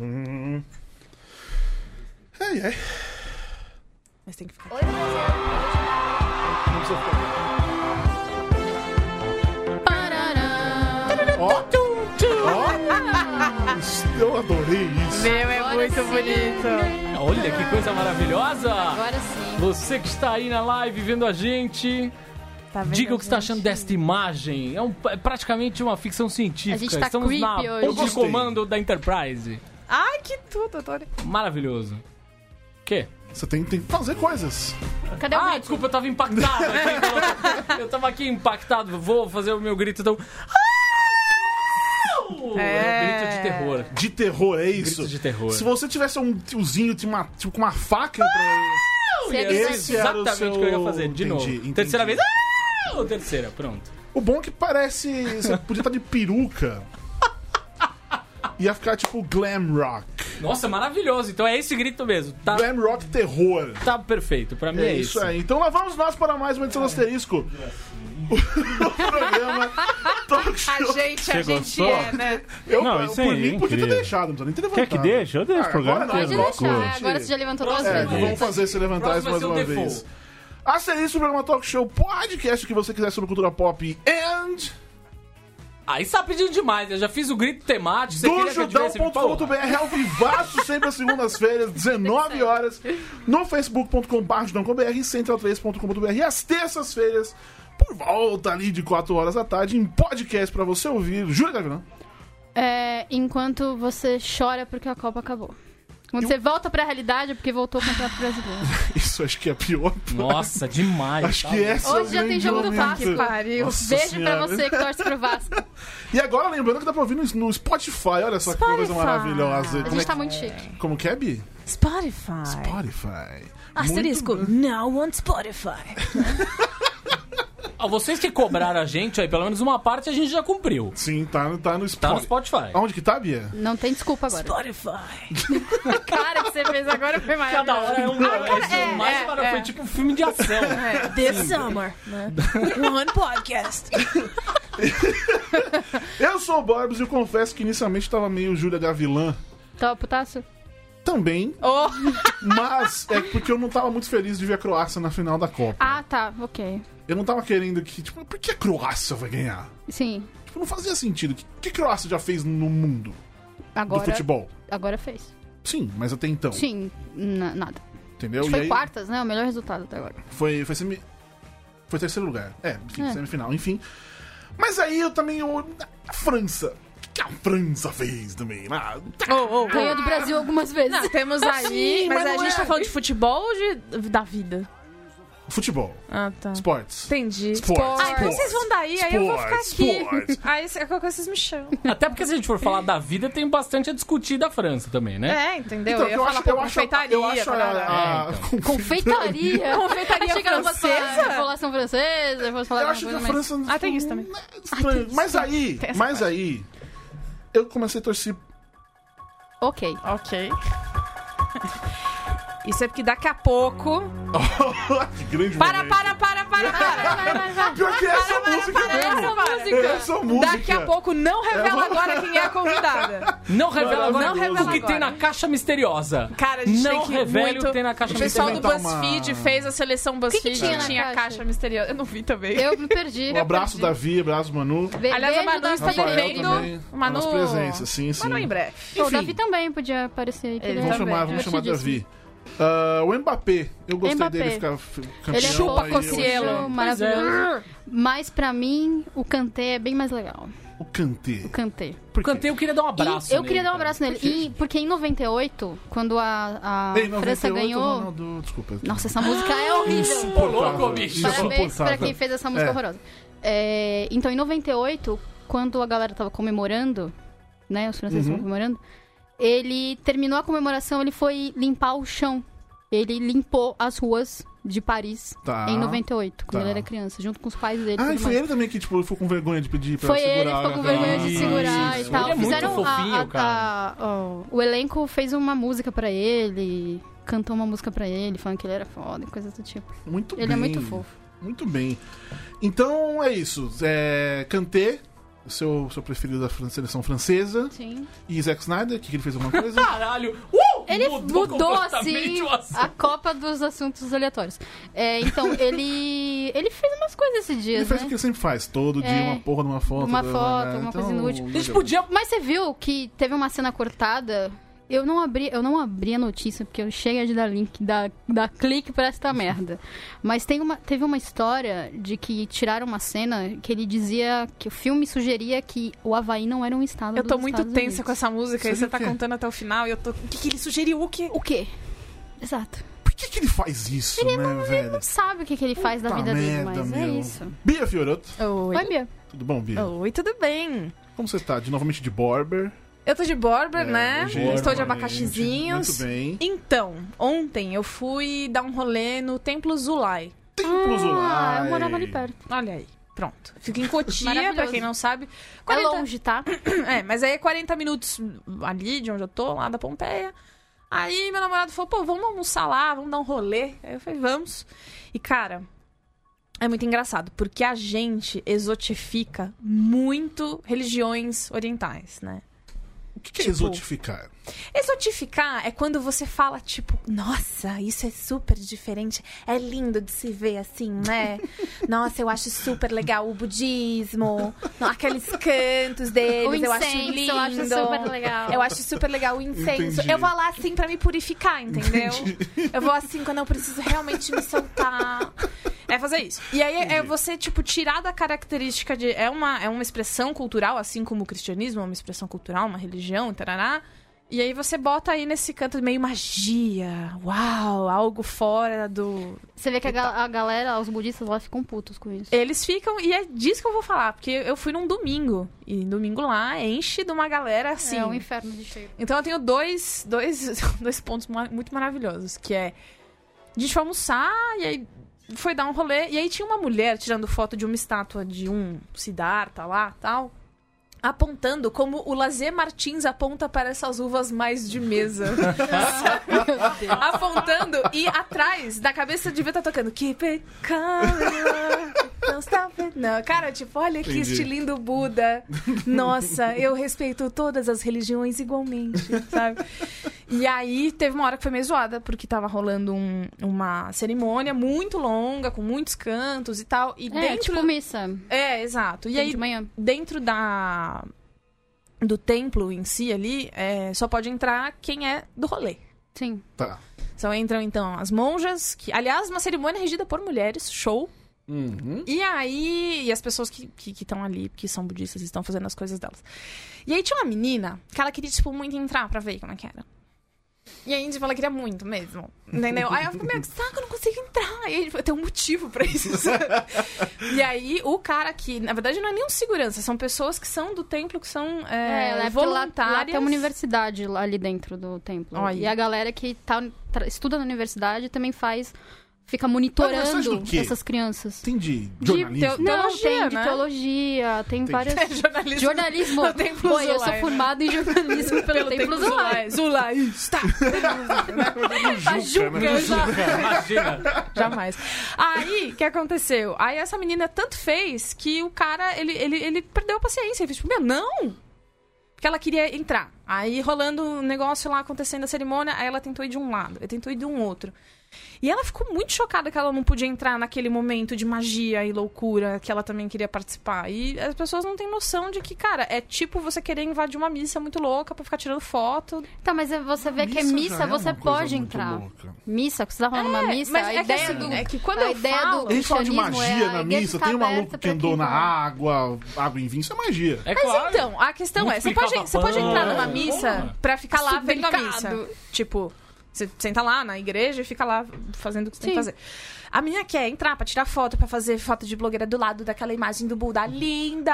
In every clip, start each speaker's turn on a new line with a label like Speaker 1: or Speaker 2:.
Speaker 1: Hum. Ai,
Speaker 2: É,
Speaker 1: ai.
Speaker 3: Mas tem que ficar.
Speaker 4: Oi, Brasil.
Speaker 1: Não precisa ficar. Ó. Ó. Isso, Eu adorei isso.
Speaker 3: Meu, é
Speaker 4: Agora
Speaker 3: muito
Speaker 4: sim.
Speaker 3: bonito.
Speaker 5: Olha que coisa maravilhosa!
Speaker 4: Agora sim.
Speaker 5: Você que está aí na live vendo a gente,
Speaker 3: Tá vendo,
Speaker 5: diga o que está
Speaker 3: gente?
Speaker 5: achando desta imagem. É, um- é praticamente uma ficção científica.
Speaker 4: A gente tá
Speaker 5: Estamos
Speaker 4: creepy
Speaker 5: na
Speaker 4: hoje. Eu
Speaker 5: ponto de
Speaker 1: gostei.
Speaker 5: comando da Enterprise.
Speaker 3: Ai, que tudo, Antônio.
Speaker 5: Maravilhoso. Que?
Speaker 1: Você tem, tem que fazer coisas.
Speaker 4: Cadê o
Speaker 5: Ah,
Speaker 4: grito?
Speaker 5: desculpa, eu tava impactado. aqui. eu tava aqui impactado. Vou fazer o meu grito então. Ah!
Speaker 3: É.
Speaker 5: É um grito de terror.
Speaker 1: De terror, é isso.
Speaker 5: de terror.
Speaker 1: Se você tivesse um tiozinho te ma- tipo, com uma faca pra
Speaker 4: Você é
Speaker 5: Era
Speaker 4: grito.
Speaker 1: Esse era o
Speaker 5: exatamente
Speaker 1: seu-
Speaker 5: o que eu ia fazer. De
Speaker 1: Entendi,
Speaker 5: novo.
Speaker 1: entendi.
Speaker 5: Terceira vez. Ah! Ou terceira, pronto.
Speaker 1: O bom é que parece. Você podia estar de peruca. Ia ficar tipo glam rock.
Speaker 5: Nossa, maravilhoso. Então é esse grito mesmo. Tá,
Speaker 1: Glam rock terror.
Speaker 5: tá perfeito. Pra mim
Speaker 1: É
Speaker 5: é,
Speaker 1: isso aí. Então lá vamos nós para mais uma edição do Asterisco. O programa Talk
Speaker 3: A
Speaker 1: Show.
Speaker 3: gente, a
Speaker 2: Você
Speaker 3: gente
Speaker 2: gostou?
Speaker 3: é, né?
Speaker 1: Eu,
Speaker 2: Não,
Speaker 1: eu,
Speaker 2: isso
Speaker 1: por
Speaker 2: aí,
Speaker 1: mim, podia ter
Speaker 2: incrível.
Speaker 1: deixado, não precisa nem ter
Speaker 2: Quer
Speaker 1: levantado.
Speaker 2: que deixe? Eu deixo
Speaker 1: Ah,
Speaker 2: o programa
Speaker 1: agora não,
Speaker 4: Pode
Speaker 2: inteiro.
Speaker 1: agora
Speaker 2: loucura.
Speaker 4: deixar. Agora você já levantou duas
Speaker 1: É,
Speaker 4: vezes.
Speaker 2: Entendi.
Speaker 1: vamos fazer se levantar
Speaker 5: Próximo
Speaker 1: mais
Speaker 5: vai
Speaker 1: uma
Speaker 5: ser o
Speaker 1: vez.
Speaker 5: default.
Speaker 1: Asterisco, programa Talk Show, podcast que você quiser sobre cultura pop and...
Speaker 5: Aí está pedindo demais. né? Eu já fiz o grito temático. Você queria que eu tivesse... Pô,
Speaker 1: Dojudão.com.br ao vivaço, sempre às segundas-feiras, 19 horas, no facebook.com.br judão.com.br e central3.com.br às terças-feiras, por volta ali de 4 horas da tarde, em podcast pra você ouvir. Júlia Gavilã.
Speaker 4: É, enquanto você chora porque a Copa acabou. Quando você volta pra realidade é porque voltou o Campeonato Brasileiro.
Speaker 1: Isso acho que é pior.
Speaker 5: Nossa, demais.
Speaker 1: Acho
Speaker 5: tá
Speaker 1: que é.
Speaker 5: louco.
Speaker 1: essa
Speaker 4: Hoje já tem
Speaker 1: grande
Speaker 4: jogo do
Speaker 1: momento.
Speaker 4: Vasco. Um
Speaker 3: Pariu.
Speaker 1: Nossa
Speaker 4: Beijo
Speaker 1: Senhora.
Speaker 4: pra você que torce pro Vasco.
Speaker 1: E agora, lembrando que dá pra ouvir no, no Spotify, olha só que coisa
Speaker 3: Spotify.
Speaker 1: maravilhosa.
Speaker 4: A
Speaker 1: Como é,
Speaker 4: gente tá
Speaker 1: que-
Speaker 4: muito chique.
Speaker 1: como que é, Bi?
Speaker 3: Spotify.
Speaker 1: Spotify.
Speaker 4: Ah,
Speaker 3: Asterisco.
Speaker 1: Muito-
Speaker 3: Now on Spotify.
Speaker 5: Ah, Vocês que cobraram a gente, aí pelo menos uma parte a gente já cumpriu.
Speaker 1: Sim, tá, no- tá no
Speaker 5: Tá
Speaker 1: Spotify.
Speaker 5: no Spotify.
Speaker 1: Aonde que tá, Bia?
Speaker 4: Não tem desculpa agora.
Speaker 3: Spotify.
Speaker 4: Cara que você fez agora foi maior.
Speaker 5: Cada hora é um. esse
Speaker 4: é,
Speaker 5: mais
Speaker 4: é,
Speaker 5: para-
Speaker 4: é.
Speaker 5: Foi tipo um filme de ação.
Speaker 3: This summer. Né? One podcast.
Speaker 1: Eu sou o Borbs e eu confesso que inicialmente tava meio Júlia Gavilã
Speaker 4: Tá, putaço?
Speaker 1: também,
Speaker 3: Oh,
Speaker 1: mas é porque eu não tava muito feliz de ver a Croácia na final da Copa.
Speaker 4: Ah, tá, ok.
Speaker 1: Eu não tava querendo que, tipo, por que a Croácia vai ganhar?
Speaker 4: Sim,
Speaker 1: Tipo, não fazia sentido. O que, que a Croácia já fez no mundo
Speaker 4: agora.
Speaker 1: do futebol?
Speaker 4: Agora fez.
Speaker 1: Sim, mas até então.
Speaker 4: Sim, na- nada.
Speaker 1: Entendeu?
Speaker 4: foi
Speaker 1: e aí
Speaker 4: quartas, né? O melhor resultado até agora.
Speaker 1: foi, foi semi. Foi terceiro lugar. É, enfim,
Speaker 4: É.
Speaker 1: semifinal, enfim. Mas aí eu também. Eu, a França. O que que a França fez também? Ah, tá,
Speaker 3: oh, oh.
Speaker 4: Ganhou do Brasil algumas vezes.
Speaker 3: Não, temos aí,
Speaker 1: Sim,
Speaker 3: mas,
Speaker 1: mas
Speaker 3: a
Speaker 1: não
Speaker 3: gente
Speaker 1: é.
Speaker 3: tá falando de futebol ou de, da vida?
Speaker 1: Futebol.
Speaker 3: Ah, tá.
Speaker 1: Esportes.
Speaker 3: Entendi.
Speaker 1: Esportes.
Speaker 3: Ah, então vocês vão daí, aí eu vou ficar aqui.
Speaker 1: Esportes.
Speaker 3: Aí cê- qualquer coisa vocês me chamam.
Speaker 5: Até porque se a gente for falar da vida, tem bastante a discutir da França também,
Speaker 3: É,
Speaker 5: né?
Speaker 3: entendeu?
Speaker 1: Então,
Speaker 3: eu ia falar
Speaker 1: acho-
Speaker 3: pô,
Speaker 1: acho-
Speaker 3: confeitaria,
Speaker 1: eu acho a-
Speaker 3: parará.
Speaker 1: a-
Speaker 5: É, então.
Speaker 1: confe-
Speaker 4: Confeitaria.
Speaker 3: Confeitaria
Speaker 4: Chega, Eu vou falar
Speaker 3: francesa?
Speaker 4: população francesa, eu vou falar
Speaker 1: Eu
Speaker 4: alguma
Speaker 1: acho que é
Speaker 4: coisa
Speaker 1: a
Speaker 4: mais-
Speaker 1: França.
Speaker 3: Ah, tem isso também.
Speaker 1: né, estranho. mas aí,
Speaker 3: Tem essa
Speaker 1: mas aí, eu comecei a torcer.
Speaker 4: Ok.
Speaker 3: Ok. Isso é porque daqui a pouco.
Speaker 1: Hum. que grande
Speaker 3: Para,
Speaker 1: momento.
Speaker 3: para, para, para, para!
Speaker 1: Pior que essa música
Speaker 3: para,
Speaker 1: mesmo.
Speaker 3: essa música.
Speaker 1: É essa música.
Speaker 3: Daqui a pouco não revela agora quem é a convidada.
Speaker 5: Não revela agora
Speaker 3: Não
Speaker 5: o
Speaker 3: revela
Speaker 5: que tem
Speaker 3: agora.
Speaker 5: na caixa misteriosa.
Speaker 3: Cara, a gente
Speaker 5: Não
Speaker 3: tem que
Speaker 5: revela
Speaker 3: muito...
Speaker 5: o que tem na caixa
Speaker 3: O pessoal do
Speaker 1: misteriosa. Inventar uma-
Speaker 3: BuzzFeed fez a seleção BuzzFeed
Speaker 4: que tinha na
Speaker 3: tinha a
Speaker 4: caixa?
Speaker 3: caixa misteriosa. Eu não vi também.
Speaker 4: Eu me perdi.
Speaker 1: Um abraço, Davi, abraço, Manu.
Speaker 4: Be
Speaker 3: Aliás, a
Speaker 4: beijo,
Speaker 3: Manu
Speaker 4: Davi.
Speaker 3: está de
Speaker 1: Rafael
Speaker 3: bem,
Speaker 1: também. né?
Speaker 3: O Manu-
Speaker 1: Nas presenças, sim, sim.
Speaker 3: Mas não em breve.
Speaker 4: Pô, O Davi também podia aparecer aí. que
Speaker 3: Ele
Speaker 4: ele
Speaker 1: Vamos
Speaker 4: é-
Speaker 1: chamar, vamos chamar Davi. Ah, o Mbappé, eu gostei
Speaker 4: Mbappé.
Speaker 1: dele ficar f- campeão.
Speaker 4: Ele é
Speaker 3: Chupa,
Speaker 4: fofo,
Speaker 3: Cocielo.
Speaker 4: eu acho
Speaker 5: Pois é.
Speaker 4: maravilhoso. Mas pra mim, o Kanté é bem mais legal.
Speaker 1: O Kanté.
Speaker 4: O Kanté.
Speaker 1: Por quê?
Speaker 5: Cantei, eu queria dar um
Speaker 4: E
Speaker 5: abraço.
Speaker 4: eu
Speaker 5: nele,
Speaker 4: queria dar um
Speaker 5: cara.
Speaker 4: abraço nele. E- porque em 98, quando a, a
Speaker 1: Em 98,
Speaker 4: França ganhou.
Speaker 1: Ronaldo- Desculpa.
Speaker 4: Nossa, essa música é horrível.
Speaker 1: Insuportável,
Speaker 5: louco, bicho.
Speaker 4: Parabéns pra
Speaker 1: insuportável.
Speaker 4: quem fez essa música
Speaker 1: É.
Speaker 4: horrorosa. É, então, em 98, quando a galera tava comemorando, né? Os franceses
Speaker 1: Uhum.
Speaker 4: estavam comemorando. Ele terminou a comemoração, ele foi limpar o chão. Ele limpou as ruas de Paris
Speaker 1: Tá.
Speaker 4: em 98, quando
Speaker 1: Tá.
Speaker 4: ele era criança, junto com os pais dele. e
Speaker 1: Ah,
Speaker 4: tudo
Speaker 1: e foi
Speaker 4: mais.
Speaker 1: ele também que tipo, ficou com vergonha de pedir pra
Speaker 4: Foi ele,
Speaker 1: segurar.
Speaker 4: ficou com
Speaker 1: a-
Speaker 4: vergonha de
Speaker 1: Ah,
Speaker 4: segurar
Speaker 1: isso.
Speaker 4: e tal.
Speaker 5: Ele é muito
Speaker 4: Fizeram a-
Speaker 5: fofinho,
Speaker 4: a- a- ó, o elenco fez uma música pra ele, cantou uma música pra ele, falando que ele era foda, e coisa do tipo.
Speaker 1: Muito
Speaker 4: Ele
Speaker 1: bem.
Speaker 4: é muito fofo.
Speaker 1: Muito bem. Então é isso. É, Kanté, seu, seu preferido da fran- seleção francesa.
Speaker 4: Sim.
Speaker 1: E Zack Snyder, que ele fez alguma coisa.
Speaker 5: Caralho! Uh!
Speaker 4: Ele mudou, assim
Speaker 5: completamente o assunto.
Speaker 4: a Copa dos Assuntos Aleatórios. É, então, ele. ele fez umas coisas esses
Speaker 1: ele
Speaker 4: dias,
Speaker 1: fez o
Speaker 4: né?
Speaker 1: que ele sempre faz, todo dia,
Speaker 4: É.
Speaker 1: uma porra numa foto.
Speaker 4: Uma
Speaker 1: blá,
Speaker 4: foto,
Speaker 1: blá, blá.
Speaker 4: alguma coisa
Speaker 1: Então,
Speaker 4: inútil.
Speaker 5: A gente podia.
Speaker 4: Mas você viu que teve uma cena cortada? Eu não abri, eu não abri a notícia, porque eu chega de dar link, dar, dar clique pra esta merda. Mas tem uma, teve uma história de que tiraram uma cena que ele dizia que o filme sugeria que o Havaí não era um estado
Speaker 3: Eu tô
Speaker 4: dos
Speaker 3: muito
Speaker 4: Estados
Speaker 3: tensa
Speaker 4: Unidos.
Speaker 3: com essa música
Speaker 1: Seria
Speaker 3: e você
Speaker 1: o
Speaker 3: tá
Speaker 1: quê?
Speaker 3: contando até o final e eu tô. O que, que ele sugeriu? O quê?
Speaker 4: O quê? Exato.
Speaker 1: Por que, que ele faz isso,
Speaker 4: é
Speaker 1: né, velho?
Speaker 4: Não sabe o que, que ele faz da
Speaker 1: Puta
Speaker 4: vida dele,
Speaker 1: merda,
Speaker 4: mas é
Speaker 1: meu.
Speaker 4: isso. Oh.
Speaker 1: Bia Fiorotto,
Speaker 3: Oi.
Speaker 4: Oi, Bia.
Speaker 1: tudo bom, Bia?
Speaker 3: Oi, tudo bem?
Speaker 1: Como você tá? De novamente de Borber.
Speaker 3: Eu tô de Borba,
Speaker 1: É,
Speaker 3: né?
Speaker 1: hoje
Speaker 3: Estou de
Speaker 1: novamente.
Speaker 3: abacaxizinhos.
Speaker 1: Muito bem.
Speaker 3: Então, ontem eu fui dar um rolê no Templo Zulai.
Speaker 1: Templo
Speaker 4: Ah,
Speaker 1: Zulai.
Speaker 4: eu morava ali perto.
Speaker 3: Olha aí. Pronto. Fica em Cotia,
Speaker 4: Maravilhoso.
Speaker 3: pra quem não sabe.
Speaker 4: É longe, tá?
Speaker 3: É, mas aí é 40 minutos ali de onde eu tô, lá da Pompeia. Aí meu namorado falou, pô, vamos almoçar lá, vamos dar um rolê. Aí eu falei, vamos. E cara, é muito engraçado, porque a gente exotifica muito religiões orientais, né?
Speaker 1: O que, que é
Speaker 3: Tipo,
Speaker 1: exotificar?
Speaker 3: Exotificar é quando você fala, tipo, nossa, isso é super diferente. É lindo de se ver assim, né? Nossa, eu acho super legal o budismo, aqueles cantos
Speaker 4: o
Speaker 3: deles, eu acho
Speaker 4: incenso,
Speaker 3: lindo.
Speaker 4: eu acho super legal.
Speaker 3: Eu acho super legal o incenso.
Speaker 1: Entendi.
Speaker 3: Eu vou lá assim pra me purificar, entendeu? Eu vou assim quando eu preciso realmente me soltar. É fazer isso. E aí é você, tipo, tirar da característica de. É uma, é uma expressão cultural, assim como o cristianismo é uma expressão cultural, uma religião, tarará. E aí você bota aí nesse canto meio magia. Uau, algo fora do.
Speaker 4: Você vê que a, ga- a galera, os budistas lá ficam putos com isso.
Speaker 3: Eles ficam, e é disso que eu vou falar, porque eu fui num domingo. E domingo lá enche de uma galera assim.
Speaker 4: É um inferno de cheio.
Speaker 3: Então eu tenho dois, dois, dois pontos ma- muito maravilhosos, que é... A gente foi almoçar, e aí foi dar um rolê, e aí tinha uma mulher tirando foto de uma estátua de um Siddhartha lá, tal, apontando como o Lazer Martins aponta para essas uvas mais de mesa. apontando, e atrás da cabeça devia estar tocando Keep it calm, don't stop it now. Cara, tipo, olha que
Speaker 1: Entendi.
Speaker 3: estilo lindo Buda. Nossa, eu respeito todas as religiões igualmente, sabe? E aí teve uma hora que foi meio zoada, porque tava rolando um- uma cerimônia muito longa, com muitos cantos e tal. E
Speaker 4: É,
Speaker 3: dentro.
Speaker 4: tipo missa.
Speaker 3: É, exato. E
Speaker 4: Tem
Speaker 3: aí,
Speaker 4: de manhã.
Speaker 3: dentro da do templo em si ali, é, só pode entrar quem é do rolê.
Speaker 4: Sim.
Speaker 1: Tá.
Speaker 3: Só entram, então, as monjas, que, aliás, uma cerimônia regida por mulheres, show.
Speaker 1: Uhum.
Speaker 3: E aí, e as pessoas que estão que, estão ali, que são budistas, estão fazendo as coisas delas. E aí tinha uma menina que ela queria, tipo, muito entrar pra ver como é que era. E aí, tipo, ela queria muito mesmo. Entendeu? Aí ela ficou meio que saco, eu não consigo entrar. E aí, tipo, tem um motivo pra isso. sabe? e aí, o cara que, na verdade, não é nem um segurança, são pessoas que são do templo, que são é,
Speaker 4: ela é porque lá-
Speaker 3: voluntárias.
Speaker 4: Lá tem uma universidade lá ali dentro do templo.
Speaker 3: Olha.
Speaker 4: E a galera que tá, tra- estuda na universidade também faz. Fica
Speaker 1: Mas
Speaker 4: monitorando
Speaker 1: do quê?
Speaker 4: essas crianças.
Speaker 1: Entendi.
Speaker 3: De
Speaker 1: Jornalismo.
Speaker 3: teu-
Speaker 4: Não,
Speaker 3: Teologia,
Speaker 4: tem de
Speaker 3: né?
Speaker 4: teologia, tem
Speaker 1: Entendi.
Speaker 4: várias.
Speaker 3: É, jornalista.
Speaker 4: Jornalismo.
Speaker 3: No Templo
Speaker 4: Pô, eu sou
Speaker 3: Zulai, né?
Speaker 4: formado em jornalismo pelo, Templo Zulai.
Speaker 3: Zulai, está.
Speaker 4: Tá julga, exato.
Speaker 5: Imagina.
Speaker 3: Jamais. Aí, o que aconteceu? Aí essa menina tanto fez que o cara, ele, ele, ele perdeu a paciência. Ele fez tipo, meu, não! Porque ela queria entrar. Aí rolando um negócio lá, acontecendo a cerimônia, aí ela tentou ir de um lado, ele tentou ir de um outro. E ela ficou muito chocada que ela não podia entrar naquele momento de magia e loucura que ela também queria participar. E as pessoas não têm noção de que, cara, é tipo você querer invadir uma missa muito louca pra ficar tirando foto.
Speaker 4: Tá, mas você vê que é
Speaker 1: já
Speaker 4: missa,
Speaker 1: é
Speaker 4: você
Speaker 1: uma coisa
Speaker 4: pode
Speaker 1: muito
Speaker 4: entrar.
Speaker 1: louca.
Speaker 4: Missa, que você tá falando uma missa,
Speaker 3: mas
Speaker 4: a
Speaker 3: é que
Speaker 4: ideia
Speaker 3: assim,
Speaker 4: do.
Speaker 3: é que quando
Speaker 4: a
Speaker 3: eu
Speaker 4: ideia
Speaker 3: falo-
Speaker 4: do
Speaker 1: A gente fala de
Speaker 4: cristianismo é
Speaker 1: magia
Speaker 4: a
Speaker 1: na
Speaker 4: igreja
Speaker 1: missa,
Speaker 4: tá
Speaker 1: tem um maluco que
Speaker 4: aberta pra quem tá
Speaker 1: andou na
Speaker 4: vai.
Speaker 1: água, água em vinho, isso é magia.
Speaker 5: É
Speaker 3: Mas
Speaker 5: claro.
Speaker 3: então, a questão é, você
Speaker 5: Multiplicar
Speaker 3: pode, você pode
Speaker 5: pão,
Speaker 3: entrar
Speaker 5: né?
Speaker 3: numa missa
Speaker 5: Porra.
Speaker 3: pra ficar lá vendo a missa.
Speaker 4: Supermercado.
Speaker 3: Tipo, você senta lá na igreja e fica lá fazendo o que você tem que
Speaker 4: Sim.
Speaker 3: fazer. A menina quer entrar pra tirar foto, pra fazer foto de blogueira do lado daquela imagem do Buda. Linda!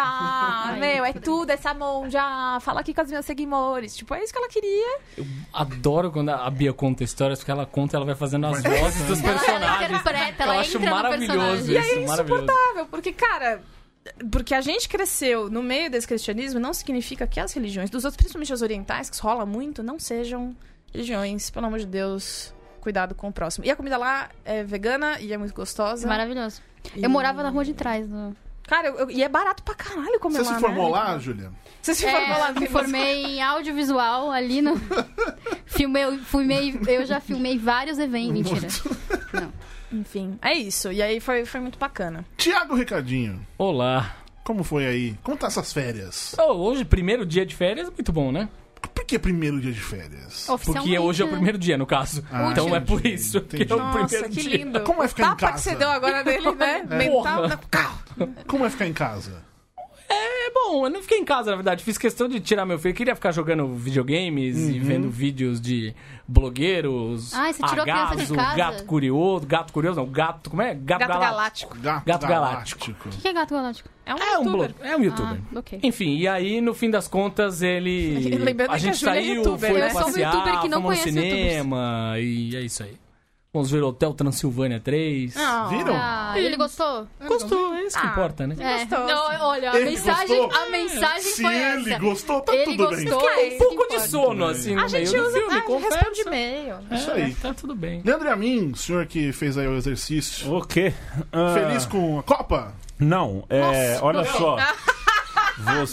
Speaker 3: meu, é tudo essa monja. Fala aqui com as minhas seguidores. Tipo, é isso que ela queria.
Speaker 5: Eu adoro quando a Bia conta histórias, porque ela conta e ela vai fazendo as vozes dos
Speaker 4: Ela tá
Speaker 5: personagens.
Speaker 4: interpreta,
Speaker 5: Eu
Speaker 4: ela
Speaker 5: acho
Speaker 4: entra no
Speaker 5: maravilhoso
Speaker 4: personagem.
Speaker 5: isso, maravilhoso.
Speaker 3: Sabe? Porque, cara... Porque a gente cresceu no meio desse cristianismo não significa que as religiões dos outros, principalmente as orientais, que rola muito, não sejam religiões. Pelo amor de Deus, cuidado com o próximo. E a comida lá é vegana e é muito gostosa.
Speaker 4: Maravilhoso.
Speaker 3: E-
Speaker 4: Eu morava na rua de trás do,
Speaker 3: Cara, eu- eu- e é barato pra caralho comer
Speaker 1: Você
Speaker 3: lá,
Speaker 1: se formou
Speaker 3: né?
Speaker 1: lá, Julia?
Speaker 3: Você se formou lá?
Speaker 4: É, me formei em audiovisual ali no. filmei, eu filmei, eu já filmei vários eventos. Mentira.
Speaker 3: Enfim, é isso. E aí foi, foi muito bacana.
Speaker 1: Tiago Ricardinho,
Speaker 5: Olá.
Speaker 1: como foi aí? Como tá essas férias?
Speaker 5: Oh, hoje, primeiro dia de férias, muito bom, né?
Speaker 1: Por que primeiro dia de férias?
Speaker 5: Porque
Speaker 4: Oficialmente,
Speaker 5: hoje é o
Speaker 4: né?
Speaker 5: primeiro dia, no caso.
Speaker 1: Ah,
Speaker 5: então é
Speaker 1: entendi,
Speaker 5: por isso que
Speaker 1: entendi.
Speaker 5: é o
Speaker 3: Nossa,
Speaker 5: primeiro
Speaker 3: que
Speaker 5: dia.
Speaker 3: lindo.
Speaker 1: Como é ficar em
Speaker 3: Tapa que
Speaker 1: casa? É.
Speaker 3: você deu agora dele, né? Mental.
Speaker 5: Porra.
Speaker 3: Não. Cau.
Speaker 1: Como é ficar em casa?
Speaker 5: É bom, eu não fiquei em casa, na verdade. Fiz questão de tirar meu filho. Queria ficar jogando videogames
Speaker 1: Uhum.
Speaker 5: e vendo vídeos de blogueiros.
Speaker 4: Ah, você tirou a criança de
Speaker 5: agazo,
Speaker 4: casa?
Speaker 5: Gato curioso. Gato curioso, não. Gato, como é? Gato,
Speaker 3: Gato
Speaker 5: galáctico.
Speaker 3: galáctico.
Speaker 1: Gato,
Speaker 5: Gato
Speaker 1: galáctico.
Speaker 4: O que é gato galáctico?
Speaker 3: É um
Speaker 5: É um,
Speaker 3: youtuber.
Speaker 5: blog, é um youtuber.
Speaker 4: Ah, ok.
Speaker 5: Enfim, e aí, no fim das contas, ele.
Speaker 3: Lembrando
Speaker 5: a
Speaker 3: que
Speaker 5: gente
Speaker 3: a Júlia é
Speaker 5: saiu,
Speaker 3: youtuber,
Speaker 5: foi
Speaker 3: né? Eu
Speaker 4: sou um
Speaker 5: passear,
Speaker 4: youtuber que não
Speaker 5: fomos no
Speaker 4: conhece youtubers.
Speaker 5: cinema, e é isso aí. Vamos ver o Hotel Transilvânia 3.
Speaker 3: Ah,
Speaker 1: Viram?
Speaker 4: Ah, e ele gostou?
Speaker 5: Gostou, é isso que
Speaker 3: Ah.
Speaker 5: importa, né?
Speaker 4: É.
Speaker 3: Gostou.
Speaker 4: Não, olha, a
Speaker 1: Ele
Speaker 4: mensagem,
Speaker 1: gostou?
Speaker 4: a mensagem
Speaker 1: Se
Speaker 4: foi
Speaker 1: ele
Speaker 4: essa.
Speaker 1: gostou, tá
Speaker 4: ele
Speaker 1: tudo bem.
Speaker 4: gostou,
Speaker 3: Claro,
Speaker 4: é
Speaker 5: Um
Speaker 4: isso que
Speaker 5: pouco de
Speaker 4: importa.
Speaker 5: sono, assim, no
Speaker 3: A gente
Speaker 5: meio do
Speaker 3: usa.
Speaker 5: filme,
Speaker 3: ah, a gente
Speaker 5: confesso.
Speaker 3: responde e-mail.
Speaker 5: É,
Speaker 1: Isso aí.
Speaker 5: Tá tudo bem.
Speaker 1: Leandro Yamin, o senhor que fez aí o exercício.
Speaker 2: O quê? Ah,
Speaker 1: Feliz com a Copa?
Speaker 2: Não, é.
Speaker 4: Nossa,
Speaker 2: olha
Speaker 4: gostei.
Speaker 2: só. Você...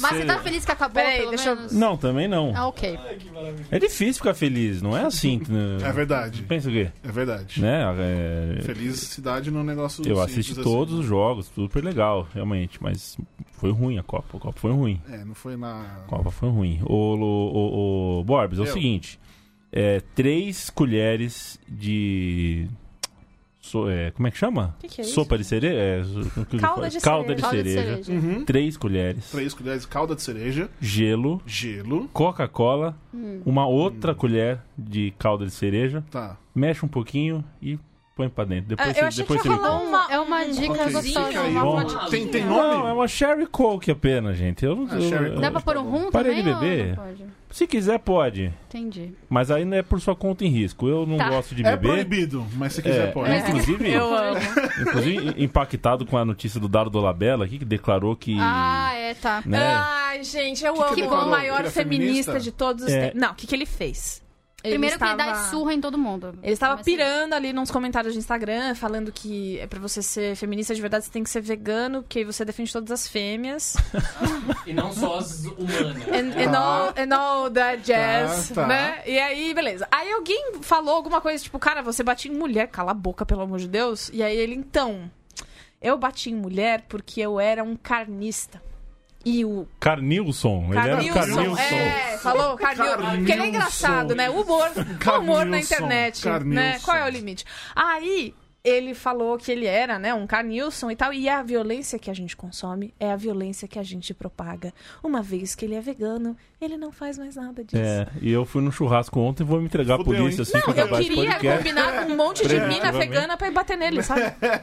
Speaker 4: Mas você tá feliz que acabou,
Speaker 3: Peraí,
Speaker 4: pelo
Speaker 3: deixa eu-
Speaker 4: menos?
Speaker 2: Não, também não.
Speaker 4: Ah, ok.
Speaker 2: É difícil ficar feliz, não é assim. né?
Speaker 1: É verdade,
Speaker 2: Pensa o quê?
Speaker 1: é verdade.
Speaker 2: Né? é,
Speaker 1: Felicidade no negócio
Speaker 2: Eu
Speaker 1: simples
Speaker 2: assisti
Speaker 1: assim.
Speaker 2: todos os jogos, super legal, realmente, mas foi ruim a Copa. A Copa foi ruim.
Speaker 1: É, não foi na.
Speaker 2: A Copa foi ruim. O, o, o, o Borbes, é o
Speaker 1: Eu.
Speaker 2: seguinte: é, três colheres de. so- é, como é que chama?
Speaker 3: Que que é isso?
Speaker 2: Sopa de cereja? É, so-
Speaker 3: Calda de cereja.
Speaker 2: calda de
Speaker 4: Calda de
Speaker 2: cereja.
Speaker 4: cereja.
Speaker 1: Uhum.
Speaker 2: Três colheres.
Speaker 1: Três colheres, calda de cereja,
Speaker 2: Gelo.
Speaker 1: gelo.
Speaker 2: Coca-Cola.
Speaker 3: Hum.
Speaker 2: Uma outra
Speaker 1: Hum.
Speaker 2: colher de calda de cereja.
Speaker 1: Tá.
Speaker 2: Mexe um pouquinho e põe pra dentro. Depois
Speaker 3: Ah,
Speaker 2: você,
Speaker 3: eu achei
Speaker 2: depois
Speaker 3: que
Speaker 2: você
Speaker 3: ia
Speaker 2: me
Speaker 3: rolar
Speaker 2: conta.
Speaker 3: um-
Speaker 4: É uma dica
Speaker 1: Ok,
Speaker 4: gostosa.
Speaker 1: fica aí.
Speaker 3: uma
Speaker 1: Bom,
Speaker 3: vodinha.
Speaker 1: Tem, tem nome?
Speaker 2: Não, é uma Sherry Coke apenas, gente. Eu não
Speaker 1: Ah,
Speaker 2: eu-
Speaker 1: Sherry
Speaker 4: Dá
Speaker 1: Coke.
Speaker 4: pra pôr um rum
Speaker 2: Parei
Speaker 4: também
Speaker 2: de
Speaker 4: ou
Speaker 2: beber.
Speaker 4: não pode?
Speaker 2: Se quiser, pode.
Speaker 4: Entendi.
Speaker 2: Mas aí não é por sua conta em risco. Eu não
Speaker 4: Tá.
Speaker 2: gosto de
Speaker 1: É
Speaker 2: beber.
Speaker 1: proibido, mas se quiser
Speaker 2: É,
Speaker 1: pode.
Speaker 2: é, Inclusive,
Speaker 3: Eu amo.
Speaker 2: inclusive, impactado com a notícia do Dado Dolabella aqui, que declarou que.
Speaker 4: Ah, é, tá.
Speaker 2: né,
Speaker 3: Ai, gente, eu
Speaker 1: Que que
Speaker 3: amo
Speaker 1: ele
Speaker 3: o
Speaker 1: falou?
Speaker 3: maior
Speaker 1: Ele é
Speaker 3: feminista?
Speaker 1: feminista?
Speaker 3: de todos os
Speaker 2: É.
Speaker 3: tempos. Não, o que, que ele fez? Ele
Speaker 4: Primeiro que ele dá
Speaker 3: estava-
Speaker 4: surra em todo mundo.
Speaker 3: Ele estava
Speaker 4: Começa aí.
Speaker 3: pirando ali nos comentários do Instagram, falando que é pra você ser feminista de verdade, você tem que ser vegano, porque aí você defende todas as fêmeas.
Speaker 5: E não só as humanas.
Speaker 3: And, and, all, and all that jazz,
Speaker 1: Tá, tá.
Speaker 3: né? E aí, beleza. Aí alguém falou alguma coisa, tipo, cara, você bate em mulher, cala a boca, pelo amor de Deus. E aí ele, então, eu bati em mulher porque eu era um carnista. E o
Speaker 2: Carnilson. Ele era
Speaker 3: Carnilson.
Speaker 2: o Carnilson.
Speaker 3: É, falou Carnilson.
Speaker 1: Carnilson.
Speaker 3: Porque ele é engraçado, né? O humor, o humor na internet, né?
Speaker 1: Carnilson.
Speaker 3: Qual é o limite? Aí ele falou que ele era, né, um Carnilson e tal, e a violência que a gente consome é a violência que a gente propaga. Uma vez que ele é vegano, ele não faz mais nada disso.
Speaker 2: É, e eu fui no churrasco ontem e vou me entregar à
Speaker 1: Fudeu,
Speaker 2: polícia
Speaker 1: hein?
Speaker 2: assim que
Speaker 3: Eu
Speaker 2: acabar esse
Speaker 3: queria
Speaker 2: podcast.
Speaker 3: combinar com um monte de mina
Speaker 2: Provavelmente.
Speaker 3: vegana pra ir bater nele, sabe?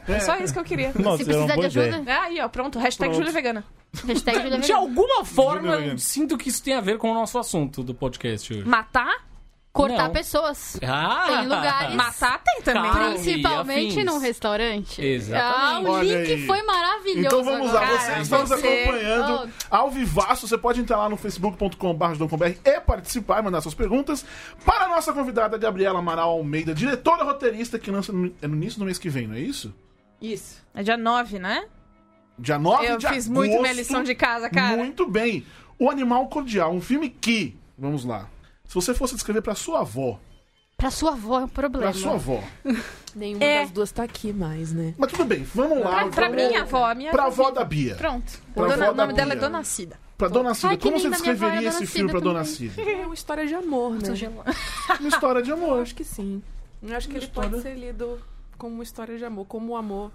Speaker 3: É só isso que eu queria.
Speaker 2: Nossa,
Speaker 4: Se
Speaker 2: era
Speaker 4: precisar
Speaker 2: uma
Speaker 4: de
Speaker 2: boa
Speaker 4: ajuda,
Speaker 2: ideia.
Speaker 3: É Aí, ó, pronto. Hashtag
Speaker 1: Pronto.
Speaker 3: Júlia Vegana.
Speaker 4: hashtag ajuda
Speaker 5: De
Speaker 4: vegana.
Speaker 5: alguma forma,
Speaker 1: Júlia.
Speaker 5: eu sinto que isso tem a ver com o nosso assunto do podcast hoje.
Speaker 3: Matar?
Speaker 4: Cortar
Speaker 5: Não.
Speaker 4: pessoas.
Speaker 5: Ah!
Speaker 4: Tem lugares-
Speaker 3: Matar tem também.
Speaker 1: Tá.
Speaker 5: Calma.
Speaker 3: né?
Speaker 4: Principalmente
Speaker 5: afins.
Speaker 4: num restaurante.
Speaker 5: Exatamente.
Speaker 4: Ah, o
Speaker 1: Olha
Speaker 4: link
Speaker 1: aí.
Speaker 4: foi maravilhoso.
Speaker 1: Então vamos lá, você
Speaker 4: agora.
Speaker 1: que
Speaker 3: Cara,
Speaker 1: está nos
Speaker 3: você-
Speaker 1: acompanhando ao vivaço, você pode entrar lá no facebook.com.br e participar, mandar suas perguntas para a nossa convidada Gabriela Amaral Almeida, diretora roteirista que lança no, é no início do mês que vem, não é isso?
Speaker 3: Isso. É dia 9, né?
Speaker 1: Dia 9
Speaker 3: Eu
Speaker 1: de
Speaker 3: fiz muito minha
Speaker 1: agosto.
Speaker 3: lição de casa, cara.
Speaker 1: Muito bem. O Animal Cordial, um filme que, vamos lá, se você fosse descrever para sua avó,
Speaker 4: Pra sua avó é um problema.
Speaker 1: para sua avó,
Speaker 6: Nenhuma
Speaker 3: É.
Speaker 6: das duas tá aqui mais, né?
Speaker 1: mas tudo bem, vamos lá.
Speaker 3: Pra, pra
Speaker 1: vamos-
Speaker 3: minha avó, a minha
Speaker 1: Pra
Speaker 3: avó.
Speaker 1: avó da Bia.
Speaker 3: Pronto.
Speaker 1: Pra
Speaker 3: Dona-
Speaker 1: avó
Speaker 3: o
Speaker 1: da
Speaker 3: nome dela é
Speaker 1: Bia.
Speaker 3: Dona Cida.
Speaker 1: Pra Dona Cida,
Speaker 4: Ai, que
Speaker 1: como você
Speaker 4: linda, minha avó é
Speaker 1: descreveria
Speaker 4: a Dona
Speaker 1: esse filme
Speaker 4: Cida
Speaker 1: pra Dona
Speaker 4: também.
Speaker 1: Cida?
Speaker 6: É uma história de amor, né?
Speaker 1: Uma história de
Speaker 6: Eu
Speaker 1: amor.
Speaker 6: acho que sim. Eu acho que ele pode ser lido como uma história de amor, como o amor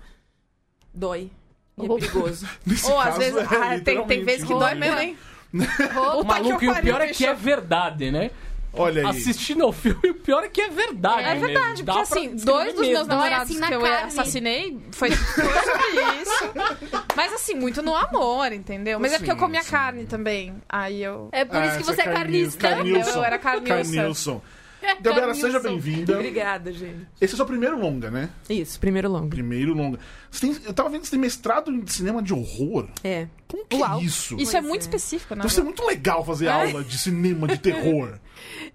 Speaker 6: dói. E é
Speaker 4: Oh.
Speaker 6: perigoso.
Speaker 1: Nesse
Speaker 3: Ou às
Speaker 1: caso,
Speaker 3: vezes.
Speaker 1: é
Speaker 3: ah, tem, tem
Speaker 1: literalmente
Speaker 3: vezes que
Speaker 1: um
Speaker 3: dói
Speaker 1: filme.
Speaker 3: mesmo, hein?
Speaker 5: O
Speaker 3: Puta
Speaker 5: maluco,
Speaker 3: que
Speaker 5: e
Speaker 3: eu É
Speaker 5: o pior
Speaker 3: pariu,
Speaker 5: é que é
Speaker 3: bicho.
Speaker 5: verdade, né?
Speaker 1: Olha aí.
Speaker 5: Assistindo ao filme, o pior é que é verdade.
Speaker 3: É
Speaker 5: mesmo.
Speaker 3: verdade,
Speaker 5: Dá
Speaker 3: porque
Speaker 5: pra
Speaker 3: assim,
Speaker 5: descrever
Speaker 3: dois dos
Speaker 5: mesmo.
Speaker 3: meus namorados
Speaker 4: assim na
Speaker 3: que eu
Speaker 4: carne.
Speaker 3: assassinei foi foi sobre isso. Mas assim, muito no amor, entendeu? Mas é porque eu
Speaker 1: Sim,
Speaker 3: comi a
Speaker 1: sim.
Speaker 3: carne também. Aí eu.
Speaker 4: É por isso
Speaker 1: Ah,
Speaker 4: que você é
Speaker 1: Carnilson.
Speaker 4: carnista.
Speaker 1: Carnilson.
Speaker 3: Eu era carnilson.
Speaker 1: Carnilson. Gabriela, seja bem-vinda.
Speaker 6: Obrigada, gente.
Speaker 1: Esse é o seu primeiro longa, né?
Speaker 6: Isso, primeiro longo.
Speaker 1: Primeiro longa. Você tem- eu tava vendo que você tem mestrado em cinema de horror.
Speaker 6: É.
Speaker 1: Como que
Speaker 6: Uau.
Speaker 1: é isso?
Speaker 3: Isso é muito específico, né?
Speaker 1: Deve ser muito legal fazer aula de cinema de terror.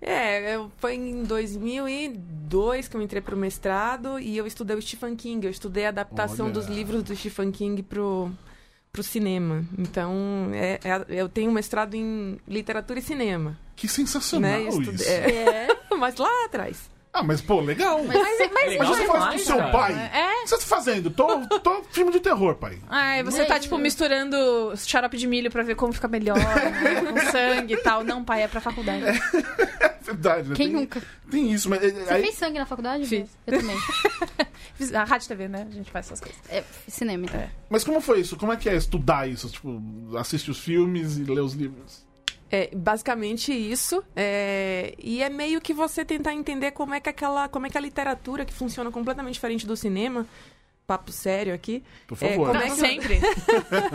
Speaker 6: É, eu- foi em 2002 que eu entrei pro mestrado e eu estudei o Stephen King. Eu estudei a adaptação
Speaker 1: Olha.
Speaker 6: dos livros do Stephen King pro pro cinema. Então, é- é- eu tenho mestrado em literatura e cinema.
Speaker 1: Que sensacional
Speaker 6: Né? Eu estudei-
Speaker 1: isso.
Speaker 6: é, mas lá atrás.
Speaker 1: Ah, mas pô, legal. Mas,
Speaker 5: Mas
Speaker 1: você faz com seu pai?
Speaker 3: É.
Speaker 1: O que você tá fazendo? Tô, tô filme de terror, pai.
Speaker 3: Ai, você tá, tipo, misturando xarope de milho pra ver como fica melhor, né? com sangue e tal. Não, pai, é pra faculdade.
Speaker 1: É verdade, né?
Speaker 4: Quem
Speaker 1: tem,
Speaker 4: nunca?
Speaker 1: tem isso, mas. é,
Speaker 4: Você
Speaker 1: aí-
Speaker 4: fez sangue na faculdade?
Speaker 3: Fiz.
Speaker 4: Eu também.
Speaker 3: Fiz- A rádio e TV, né? A gente faz essas coisas.
Speaker 4: É, fiz cinema. então.
Speaker 1: Mas como foi isso? Como é que é estudar isso? Tipo, assiste os filmes e lê os livros.
Speaker 6: É basicamente isso. é, e é meio que você tentar entender como é que aquela, como é que a literatura que funciona completamente diferente do cinema, papo sério aqui,
Speaker 1: Por
Speaker 6: É,
Speaker 1: favor.
Speaker 6: como
Speaker 3: Não,
Speaker 6: é que-
Speaker 3: sempre.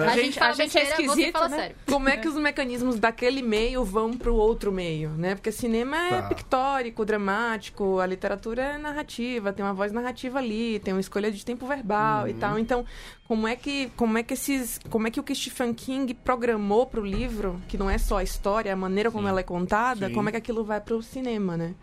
Speaker 4: A,
Speaker 3: gente- a gente é
Speaker 4: besteira, você
Speaker 3: esquisito,
Speaker 4: fala
Speaker 3: né?
Speaker 4: sério.
Speaker 6: como é que os mecanismos daquele meio vão pro outro meio, né? Porque cinema é
Speaker 1: Tá.
Speaker 6: pictórico, dramático, a literatura é narrativa, tem uma voz narrativa ali, tem uma escolha de tempo verbal
Speaker 1: Uhum.
Speaker 6: e tal. Então, como é que como é que esses, como é que o que Stephen King programou pro livro, que não é só a história, a maneira como ela é contada,
Speaker 1: Sim.
Speaker 6: como é que aquilo vai pro cinema, né?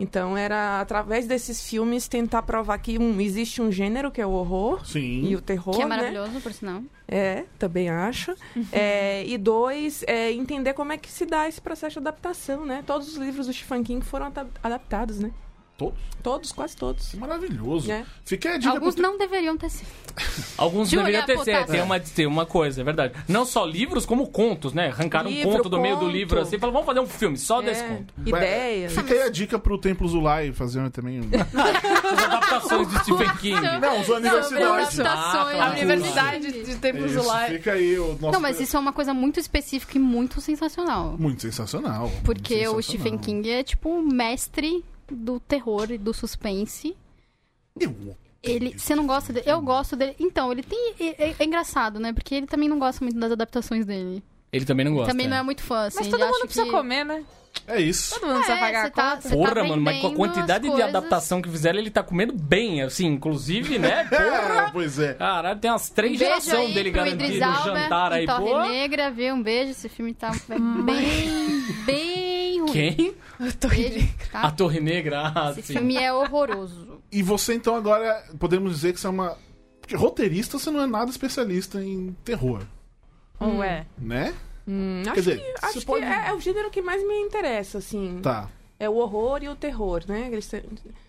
Speaker 6: Então era através desses filmes tentar provar que um, existe um gênero que é o horror
Speaker 1: Sim.
Speaker 6: e o terror,
Speaker 4: Que é
Speaker 6: né?
Speaker 4: maravilhoso, por sinal.
Speaker 6: É, também acho. É, e dois, é, entender como é que se dá esse processo de adaptação, né? Todos os livros do Stephen King foram ada- adaptados, né?
Speaker 1: Todos?
Speaker 6: Todos, quase todos.
Speaker 1: Que Maravilhoso.
Speaker 6: É.
Speaker 1: Fiquei a dica
Speaker 4: Alguns
Speaker 1: pro-
Speaker 4: não deveriam ter sido.
Speaker 5: Alguns
Speaker 4: Julia
Speaker 5: deveriam ter
Speaker 4: Potassi.
Speaker 5: certo. Tem uma, tem uma coisa, é verdade. Não só livros, como contos, né? Arrancaram
Speaker 6: Livro,
Speaker 5: um conto do meio do
Speaker 6: conto.
Speaker 5: livro assim e falaram, vamos fazer um filme só desse
Speaker 6: É,
Speaker 5: conto.
Speaker 6: ideias.
Speaker 1: Fica aí a dica pro Templo Zulai fazer também. um-
Speaker 5: As adaptações de Stephen King.
Speaker 1: Não, os universidades.
Speaker 5: Ah,
Speaker 4: adaptações.
Speaker 3: A universidade de tempos
Speaker 1: Isso,
Speaker 3: lá. é-
Speaker 1: fica aí o nosso.
Speaker 4: Não, mas isso é uma coisa muito específica e muito sensacional.
Speaker 1: Muito sensacional.
Speaker 4: Porque
Speaker 1: muito sensacional.
Speaker 4: o Stephen King é tipo o mestre do terror e do suspense.
Speaker 1: Eu-
Speaker 4: Ele, você não gosta dele? Eu gosto dele. Então, ele tem. É, é- é engraçado, né? Porque ele também não gosta muito das adaptações dele.
Speaker 5: Ele também não gosta.
Speaker 4: também não
Speaker 5: né?
Speaker 4: é muito fã, assim.
Speaker 3: Mas
Speaker 4: ele
Speaker 3: todo
Speaker 4: acha
Speaker 3: mundo precisa
Speaker 4: que... Ah,
Speaker 3: comer, né? tá-
Speaker 1: É isso.
Speaker 3: Todo mundo precisa pagar a
Speaker 4: tá-
Speaker 3: conta.
Speaker 5: Porra, mano, mas com a quantidade de adaptação que fizeram, ele tá comendo bem, assim, inclusive, né? Porra!
Speaker 1: É, pois é.
Speaker 5: Caralho, tem umas
Speaker 4: Um
Speaker 5: três gerações dele garantido no jantar aí,
Speaker 4: Torre
Speaker 5: pô.
Speaker 4: Negra, vê um beijo. Esse filme tá bem, bem ruim.
Speaker 5: Quem?
Speaker 4: Beijo,
Speaker 5: A
Speaker 4: tá?
Speaker 5: Torre Negra, ah,
Speaker 4: Esse
Speaker 5: sim.
Speaker 4: filme é horroroso.
Speaker 1: E você, então, agora, podemos dizer que você é uma. Porque roteirista, você não é nada especialista em terror,
Speaker 3: Ué.
Speaker 1: né?
Speaker 6: Hum, acho
Speaker 1: dizer,
Speaker 6: que,
Speaker 1: você
Speaker 6: acho que
Speaker 1: pode-
Speaker 6: é, é o gênero que mais me interessa, assim.
Speaker 1: Tá.
Speaker 6: É o horror e o terror, né? Eles têm,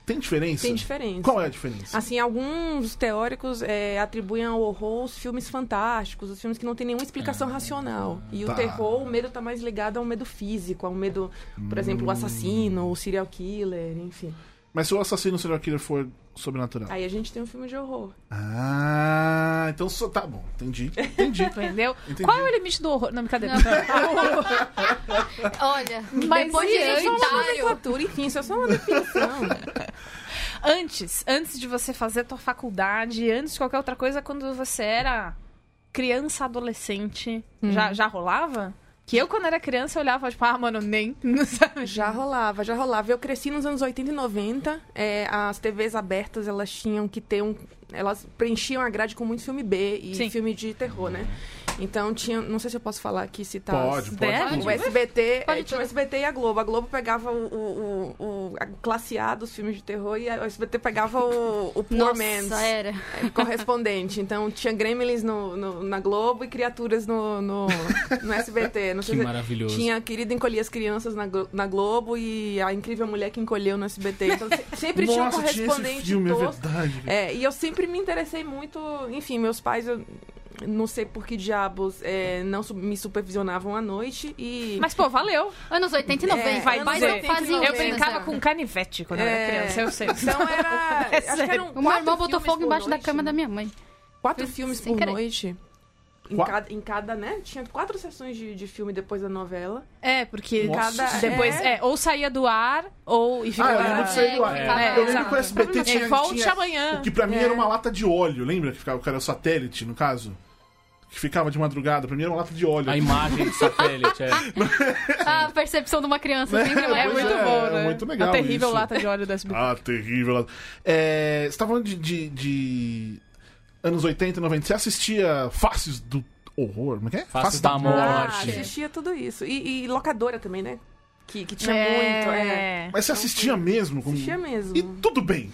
Speaker 1: Tem diferença?
Speaker 6: têm diferença.
Speaker 1: Qual é a diferença?
Speaker 6: Assim, alguns teóricos é, atribuem ao horror os filmes fantásticos, os filmes que não têm nenhuma explicação racional. E
Speaker 1: Tá.
Speaker 6: o terror, o medo tá mais ligado ao medo físico, ao medo, por exemplo, o assassino, o serial killer, enfim.
Speaker 1: Mas se o assassino serial killer for sobrenatural?
Speaker 6: Aí a gente tem um filme de horror.
Speaker 1: Ah, então só. Tá bom, entendi. Entendi.
Speaker 3: Entendeu?
Speaker 1: Entendi.
Speaker 3: Qual é o limite do horror? Não, brincadeira.
Speaker 4: Olha,
Speaker 3: Mas
Speaker 4: depois
Speaker 3: e
Speaker 4: de
Speaker 3: aí,
Speaker 6: é Só uma
Speaker 4: hereditário.
Speaker 6: nomenclatura, enfim, isso é só uma definição.
Speaker 3: antes, antes de você fazer a tua faculdade, antes de qualquer outra coisa, quando você era criança, adolescente, já, já rolava? Que eu, quando era criança, eu olhava, tipo, ah, mano, nem, não sabe?
Speaker 6: Já rolava, já rolava. Eu cresci nos anos 80 e 90. é, as TVs abertas, elas tinham que ter um... Elas preenchiam a grade com muito filme B e
Speaker 3: Sim.
Speaker 6: filme de terror, né? Então tinha... Não sei se eu posso falar aqui, citar... as-
Speaker 1: Pode, pode.
Speaker 3: Deve?
Speaker 1: pode.
Speaker 6: O SBT,
Speaker 4: Pode
Speaker 6: é, tinha o
Speaker 4: tudo.
Speaker 6: SBT e a Globo. A Globo pegava o, o, o- a classe A dos filmes de terror e a- o SBT pegava o, o Poor Man's
Speaker 4: Nossa, era.
Speaker 6: é, correspondente. Então tinha Gremlins no, no- na Globo e Criaturas no, no, no SBT. Não sei
Speaker 5: Que
Speaker 6: se-
Speaker 5: maravilhoso.
Speaker 6: Tinha a Querida Encolher as Crianças na, Glo- na Globo e a Incrível Mulher que Encolheu no SBT. Então se- sempre tinha um
Speaker 1: Nossa, tinha esse
Speaker 6: correspondente
Speaker 1: filme, é
Speaker 6: tosco.
Speaker 1: verdade.
Speaker 6: É, e eu sempre me interessei muito. Enfim, meus pais, eu não sei por que diabos, é, não su- me supervisionavam à noite e.
Speaker 3: Mas, pô, valeu.
Speaker 4: Anos 80 e 90.
Speaker 6: É,
Speaker 3: Vai
Speaker 4: Mas
Speaker 3: dizer.
Speaker 4: não faziam
Speaker 3: Eu
Speaker 4: isso,
Speaker 3: brincava
Speaker 4: né?
Speaker 3: com canivete quando eu era
Speaker 6: É.
Speaker 3: criança, eu sei.
Speaker 6: Então era.
Speaker 3: É
Speaker 6: acho que eram
Speaker 4: O meu irmão
Speaker 6: quatro
Speaker 4: botou
Speaker 6: filmes
Speaker 4: fogo
Speaker 6: por
Speaker 4: embaixo da
Speaker 6: noite.
Speaker 4: cama da minha mãe.
Speaker 6: Quatro filmes
Speaker 4: sem
Speaker 6: por
Speaker 4: querer.
Speaker 6: noite. Em
Speaker 1: Qua-
Speaker 6: cada, em cada, né? Tinha quatro sessões de, de filme depois da novela.
Speaker 3: É, porque
Speaker 1: Nossa
Speaker 6: cada-
Speaker 1: Senhora.
Speaker 3: depois, é. ou saía do ar, ou... E
Speaker 1: Ah,
Speaker 3: ficava...
Speaker 1: eu lembro que saiu do ar.
Speaker 4: É,
Speaker 1: eu lembro que
Speaker 3: É, exato.
Speaker 1: o SBT tinha,
Speaker 3: É, volte
Speaker 1: tinha
Speaker 3: amanhã.
Speaker 1: o que pra mim era uma lata de óleo, lembra? Que ficava que era o satélite, no caso? Que ficava de madrugada. Pra mim era uma lata de óleo.
Speaker 5: A imagem do satélite, é.
Speaker 4: Ah, a percepção de uma criança sempre
Speaker 3: É
Speaker 4: mais.
Speaker 1: Pois
Speaker 3: muito
Speaker 1: é,
Speaker 3: bom,
Speaker 1: é
Speaker 3: né?
Speaker 1: muito legal
Speaker 3: A terrível
Speaker 1: isso.
Speaker 3: lata de óleo da SBT.
Speaker 1: Ah, terrível. lata- É, você tá falando de, de- de anos 80, 90. Você assistia Faces do Horror? Como é que é?
Speaker 5: Faces da
Speaker 6: Ah,
Speaker 5: Morte.
Speaker 6: assistia tudo isso. E, e locadora também, né? Que, que tinha muito. É.
Speaker 3: É.
Speaker 1: Mas você assistia mesmo? Como...
Speaker 6: Assistia mesmo.
Speaker 1: E tudo bem.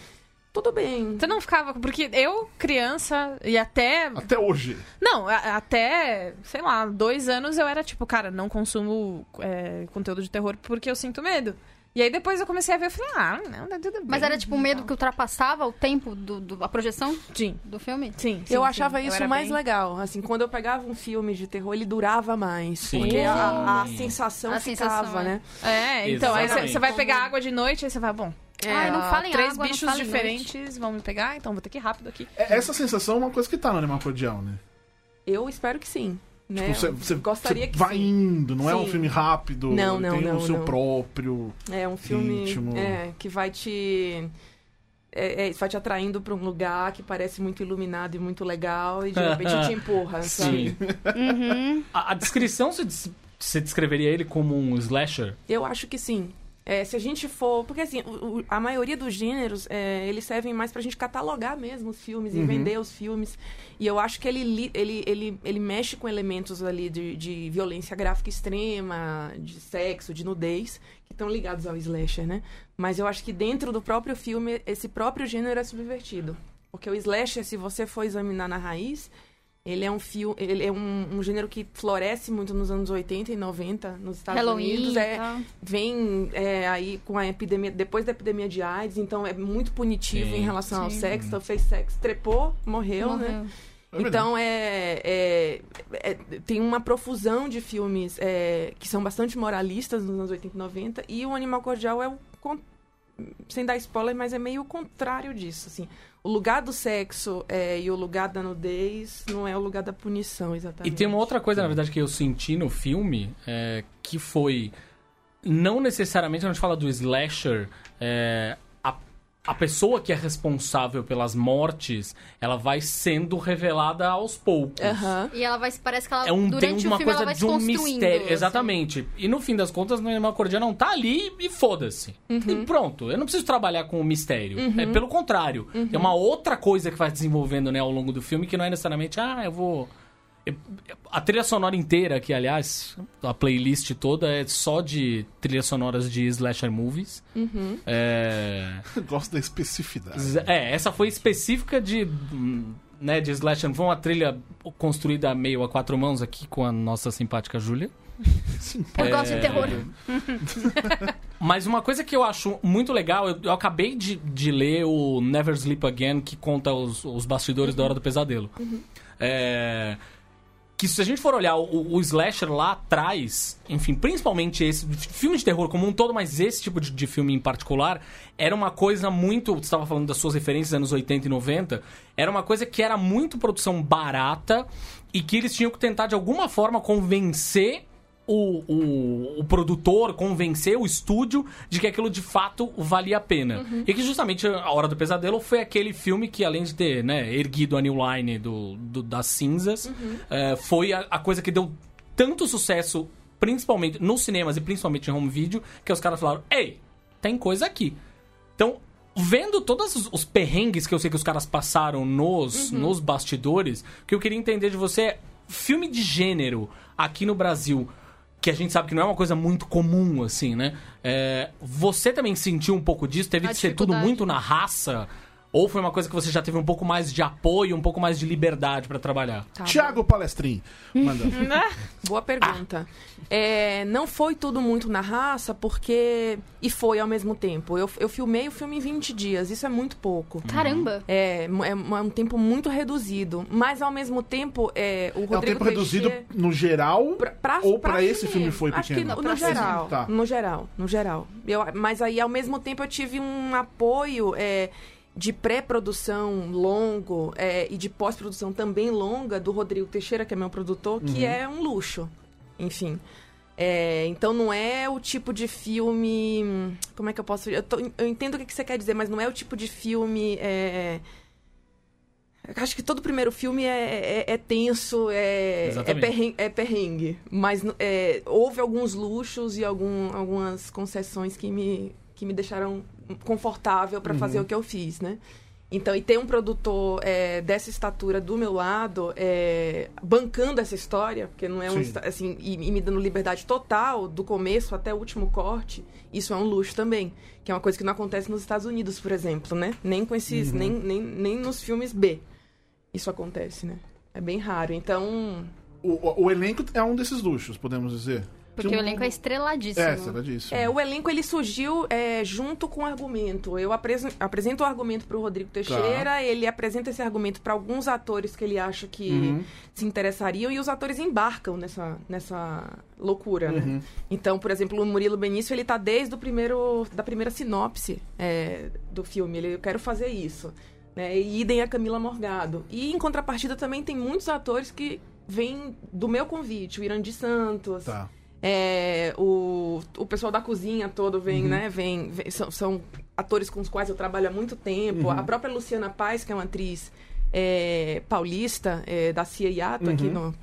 Speaker 6: tudo bem.
Speaker 3: Você não ficava. Porque eu, criança, e até.
Speaker 1: Até hoje.
Speaker 3: Não, a- até, sei lá, dois anos eu era tipo, cara, não consumo é, conteúdo de terror porque eu sinto medo. E aí depois eu comecei a ver e falei, ah, não, tá tudo bem.
Speaker 4: Mas era tipo um medo que ultrapassava o tempo do, do- a projeção
Speaker 3: Sim,
Speaker 4: do filme?
Speaker 3: sim. sim,
Speaker 6: eu
Speaker 3: sim.
Speaker 6: achava isso
Speaker 3: era
Speaker 6: mais
Speaker 3: bem-
Speaker 6: legal. Assim, quando eu pegava um filme de terror, ele durava mais.
Speaker 5: Sim.
Speaker 6: Porque a, a
Speaker 5: Sim.
Speaker 6: sensação
Speaker 4: A
Speaker 6: ficava,
Speaker 4: sensação, é.
Speaker 6: né?
Speaker 3: É, então, aí você-
Speaker 5: Exatamente.
Speaker 3: você vai pegar água de noite, aí você vai, bom,
Speaker 4: Ai, não
Speaker 3: ah,
Speaker 4: falem
Speaker 3: três
Speaker 4: água, não
Speaker 3: bichos
Speaker 4: falem
Speaker 3: diferentes vão me pegar, então vou ter que ir rápido aqui.
Speaker 1: É, Essa sensação é uma coisa que tá no Animal Cordial, né?
Speaker 6: Eu espero que sim. Né?
Speaker 1: Tipo, você,
Speaker 6: Eu
Speaker 1: você-
Speaker 6: gostaria
Speaker 1: você
Speaker 6: que
Speaker 1: vai
Speaker 6: sim.
Speaker 1: indo, não é um
Speaker 6: Sim.
Speaker 1: filme rápido.
Speaker 6: Não, não,
Speaker 1: tem
Speaker 6: não,
Speaker 1: o seu
Speaker 6: não.
Speaker 1: próprio.
Speaker 6: É um filme
Speaker 1: Íntimo.
Speaker 6: é, que vai te. é, é, vai te atraindo pra um lugar que parece muito iluminado e muito legal e de repente te empurra, sabe?
Speaker 5: Sim.
Speaker 4: Uhum,
Speaker 5: A, a descrição, você, des- você descreveria ele como um slasher?
Speaker 6: Eu acho que sim. É, se a gente for. Porque assim, o- o- a maioria dos gêneros, é, eles servem mais pra gente catalogar mesmo os filmes e vender os filmes. E eu acho que ele, li- ele, ele, ele mexe com elementos ali de, de violência gráfica extrema, de sexo, de nudez, que estão ligados ao slasher, né? Mas eu acho que dentro do próprio filme, esse próprio gênero é subvertido. Porque o slasher, se você for examinar na raiz, ele é um fio, ele é um, um gênero que floresce muito nos anos 80 e 90 nos Estados
Speaker 4: Halloween
Speaker 6: Unidos.
Speaker 4: e
Speaker 6: É,
Speaker 4: tal.
Speaker 6: vem é, aí com a epidemia, depois da epidemia de AIDS, então é muito punitivo
Speaker 5: Sim.
Speaker 6: em relação ao
Speaker 4: Sim.
Speaker 6: sexo. Então fez sexo, trepou, morreu, né?
Speaker 4: Morreu.
Speaker 1: É verdade.
Speaker 6: Então é, é- é- tem uma profusão de filmes é, que são bastante moralistas nos anos 80 e 90 e o Animal Cordial é o con- sem dar spoiler, mas é meio o contrário disso, assim. O lugar do sexo é, e o lugar da nudez não é o lugar da punição,
Speaker 5: E
Speaker 6: exatamente.
Speaker 5: tem uma outra coisa, na verdade, que eu senti no filme, é, que foi. Não necessariamente, quando a gente fala do slasher, é, a, a pessoa que é responsável pelas mortes, ela vai sendo revelada aos poucos.
Speaker 6: Aham.
Speaker 4: E ela vai, parece que ela,
Speaker 5: É um, tem
Speaker 4: durante o
Speaker 5: uma
Speaker 4: filme, ela
Speaker 5: coisa
Speaker 4: vai
Speaker 5: de
Speaker 4: se
Speaker 5: um
Speaker 4: construindo.
Speaker 5: mistério.
Speaker 4: assim.
Speaker 5: Exatamente. E no fim das contas, no Animal Cordial não tá ali e foda-se.
Speaker 4: Uhum.
Speaker 5: E pronto. Eu não preciso trabalhar com o mistério. É pelo contrário.
Speaker 4: Uhum.
Speaker 5: É uma outra coisa que vai desenvolvendo né, ao longo do filme que não é necessariamente, ah, eu vou. eu- eu- A trilha sonora inteira, que aliás, a playlist toda é só de trilhas sonoras de slasher movies.
Speaker 4: Uhum.
Speaker 5: É.
Speaker 1: Eu gosto da especificidade.
Speaker 5: Z- É, essa foi específica de. hum, Né, de Slash and Bone, uma trilha construída meio a quatro mãos aqui com a nossa simpática Júlia.
Speaker 1: Sim.
Speaker 4: Eu gosto
Speaker 5: É.
Speaker 4: de terror.
Speaker 5: Uhum. Mas uma coisa que eu acho muito legal, eu, eu acabei de, de ler o Never Sleep Again, que conta os, os bastidores da Hora do Pesadelo. É, que se a gente for olhar o, o slasher lá atrás, enfim, principalmente esse filme de terror como um todo, mas esse tipo de, de filme em particular, era uma coisa muito, você estava falando das suas referências anos 80 e 90, era uma coisa que era muito produção barata e que eles tinham que tentar de alguma forma convencer o, o, o produtor convencer o estúdio de que aquilo de fato valia a pena. E que justamente A Hora do Pesadelo foi aquele filme que, além de ter né, erguido a New Line do, do- das cinzas, eh, foi a, a coisa que deu tanto sucesso, principalmente nos cinemas e principalmente em home video, que os caras falaram: Ei, tem coisa aqui. Então, vendo todos os, os perrengues que eu sei que os caras passaram nos,
Speaker 4: Uhum.
Speaker 5: nos bastidores, o que eu queria entender de você é filme de gênero aqui no Brasil, que a gente sabe que não é uma coisa muito comum, assim, né? É, você também sentiu um pouco disso? Teve
Speaker 4: A
Speaker 5: que ser tudo
Speaker 4: dificuldade.
Speaker 5: muito na raça? Ou foi uma coisa que você já teve um pouco mais de apoio, um pouco mais de liberdade pra trabalhar?
Speaker 6: Tá bom.
Speaker 1: Tiago Palestrin. Manda.
Speaker 6: Boa pergunta.
Speaker 1: Ah.
Speaker 6: É, não foi tudo muito na raça, porque. E foi ao mesmo tempo. Eu, eu filmei o filme em 20 dias, isso é muito pouco.
Speaker 1: Hum.
Speaker 4: Caramba.
Speaker 6: É, mu- é um é um tempo muito reduzido. Mas ao mesmo tempo, é, o
Speaker 1: É um
Speaker 6: Rodrigo
Speaker 1: tempo reduzido
Speaker 6: Teixeira-
Speaker 1: no geral.
Speaker 6: Pra- pra-
Speaker 1: Ou pra esse filme foi
Speaker 6: Acho que
Speaker 1: pequeno?
Speaker 6: no,
Speaker 1: Pra
Speaker 6: no
Speaker 1: cinema.
Speaker 6: geral,
Speaker 1: Tá.
Speaker 6: no geral, no geral. Eu, mas aí, ao mesmo tempo, eu tive um apoio é, de pré-produção longo é, e de pós-produção também longa do Rodrigo Teixeira, que é meu produtor, que
Speaker 1: Uhum.
Speaker 6: é um luxo. Enfim. É, então não é o tipo de filme. hum, Como é que eu posso. Eu, tô- eu entendo o que que você quer dizer, mas não é o tipo de filme. é, eu Acho que todo primeiro filme é, é- é tenso, é, é,
Speaker 5: Exatamente.
Speaker 6: perrengue, é perrengue. Mas n- é, houve alguns luxos e algum- algumas concessões que me, que me deixaram confortável pra fazer o que eu fiz, né? Então, e ter um produtor é, dessa estatura do meu lado, é, bancando essa história, porque não é um.
Speaker 1: Sim.
Speaker 6: esta- Assim, e, e me dando liberdade total, do começo até o último corte, isso é um luxo também. Que é uma coisa que não acontece nos Estados Unidos, por exemplo, né? Nem com esses. Nem, nem, nem nos filmes B. Isso acontece, né? É bem raro. Então.
Speaker 1: O, o- o elenco é um desses luxos, podemos dizer.
Speaker 4: Porque
Speaker 1: Que
Speaker 4: o elenco é né? estreladíssimo.
Speaker 1: um É, será disso.
Speaker 6: É, o elenco ele surgiu é, junto com o argumento. Eu apresen- apresento o argumento para o Rodrigo Teixeira, ele apresenta esse argumento para alguns atores que ele acha que se interessariam e os atores embarcam nessa, nessa loucura, né? Então, por exemplo, o Murilo Benício ele tá desde o primeiro da primeira sinopse é, do filme. Ele eu quero fazer isso, né? E idem a Camila Morgado. E em contrapartida também tem muitos atores que vêm do meu convite, o Irandi Santos.
Speaker 1: Tá.
Speaker 6: É, o, o pessoal da cozinha todo vem, né? Vem, vem- são, são atores com os quais eu trabalho há muito tempo. A própria Luciana Paz, que é uma atriz é, paulista, é, da Cia Iato, aqui, no,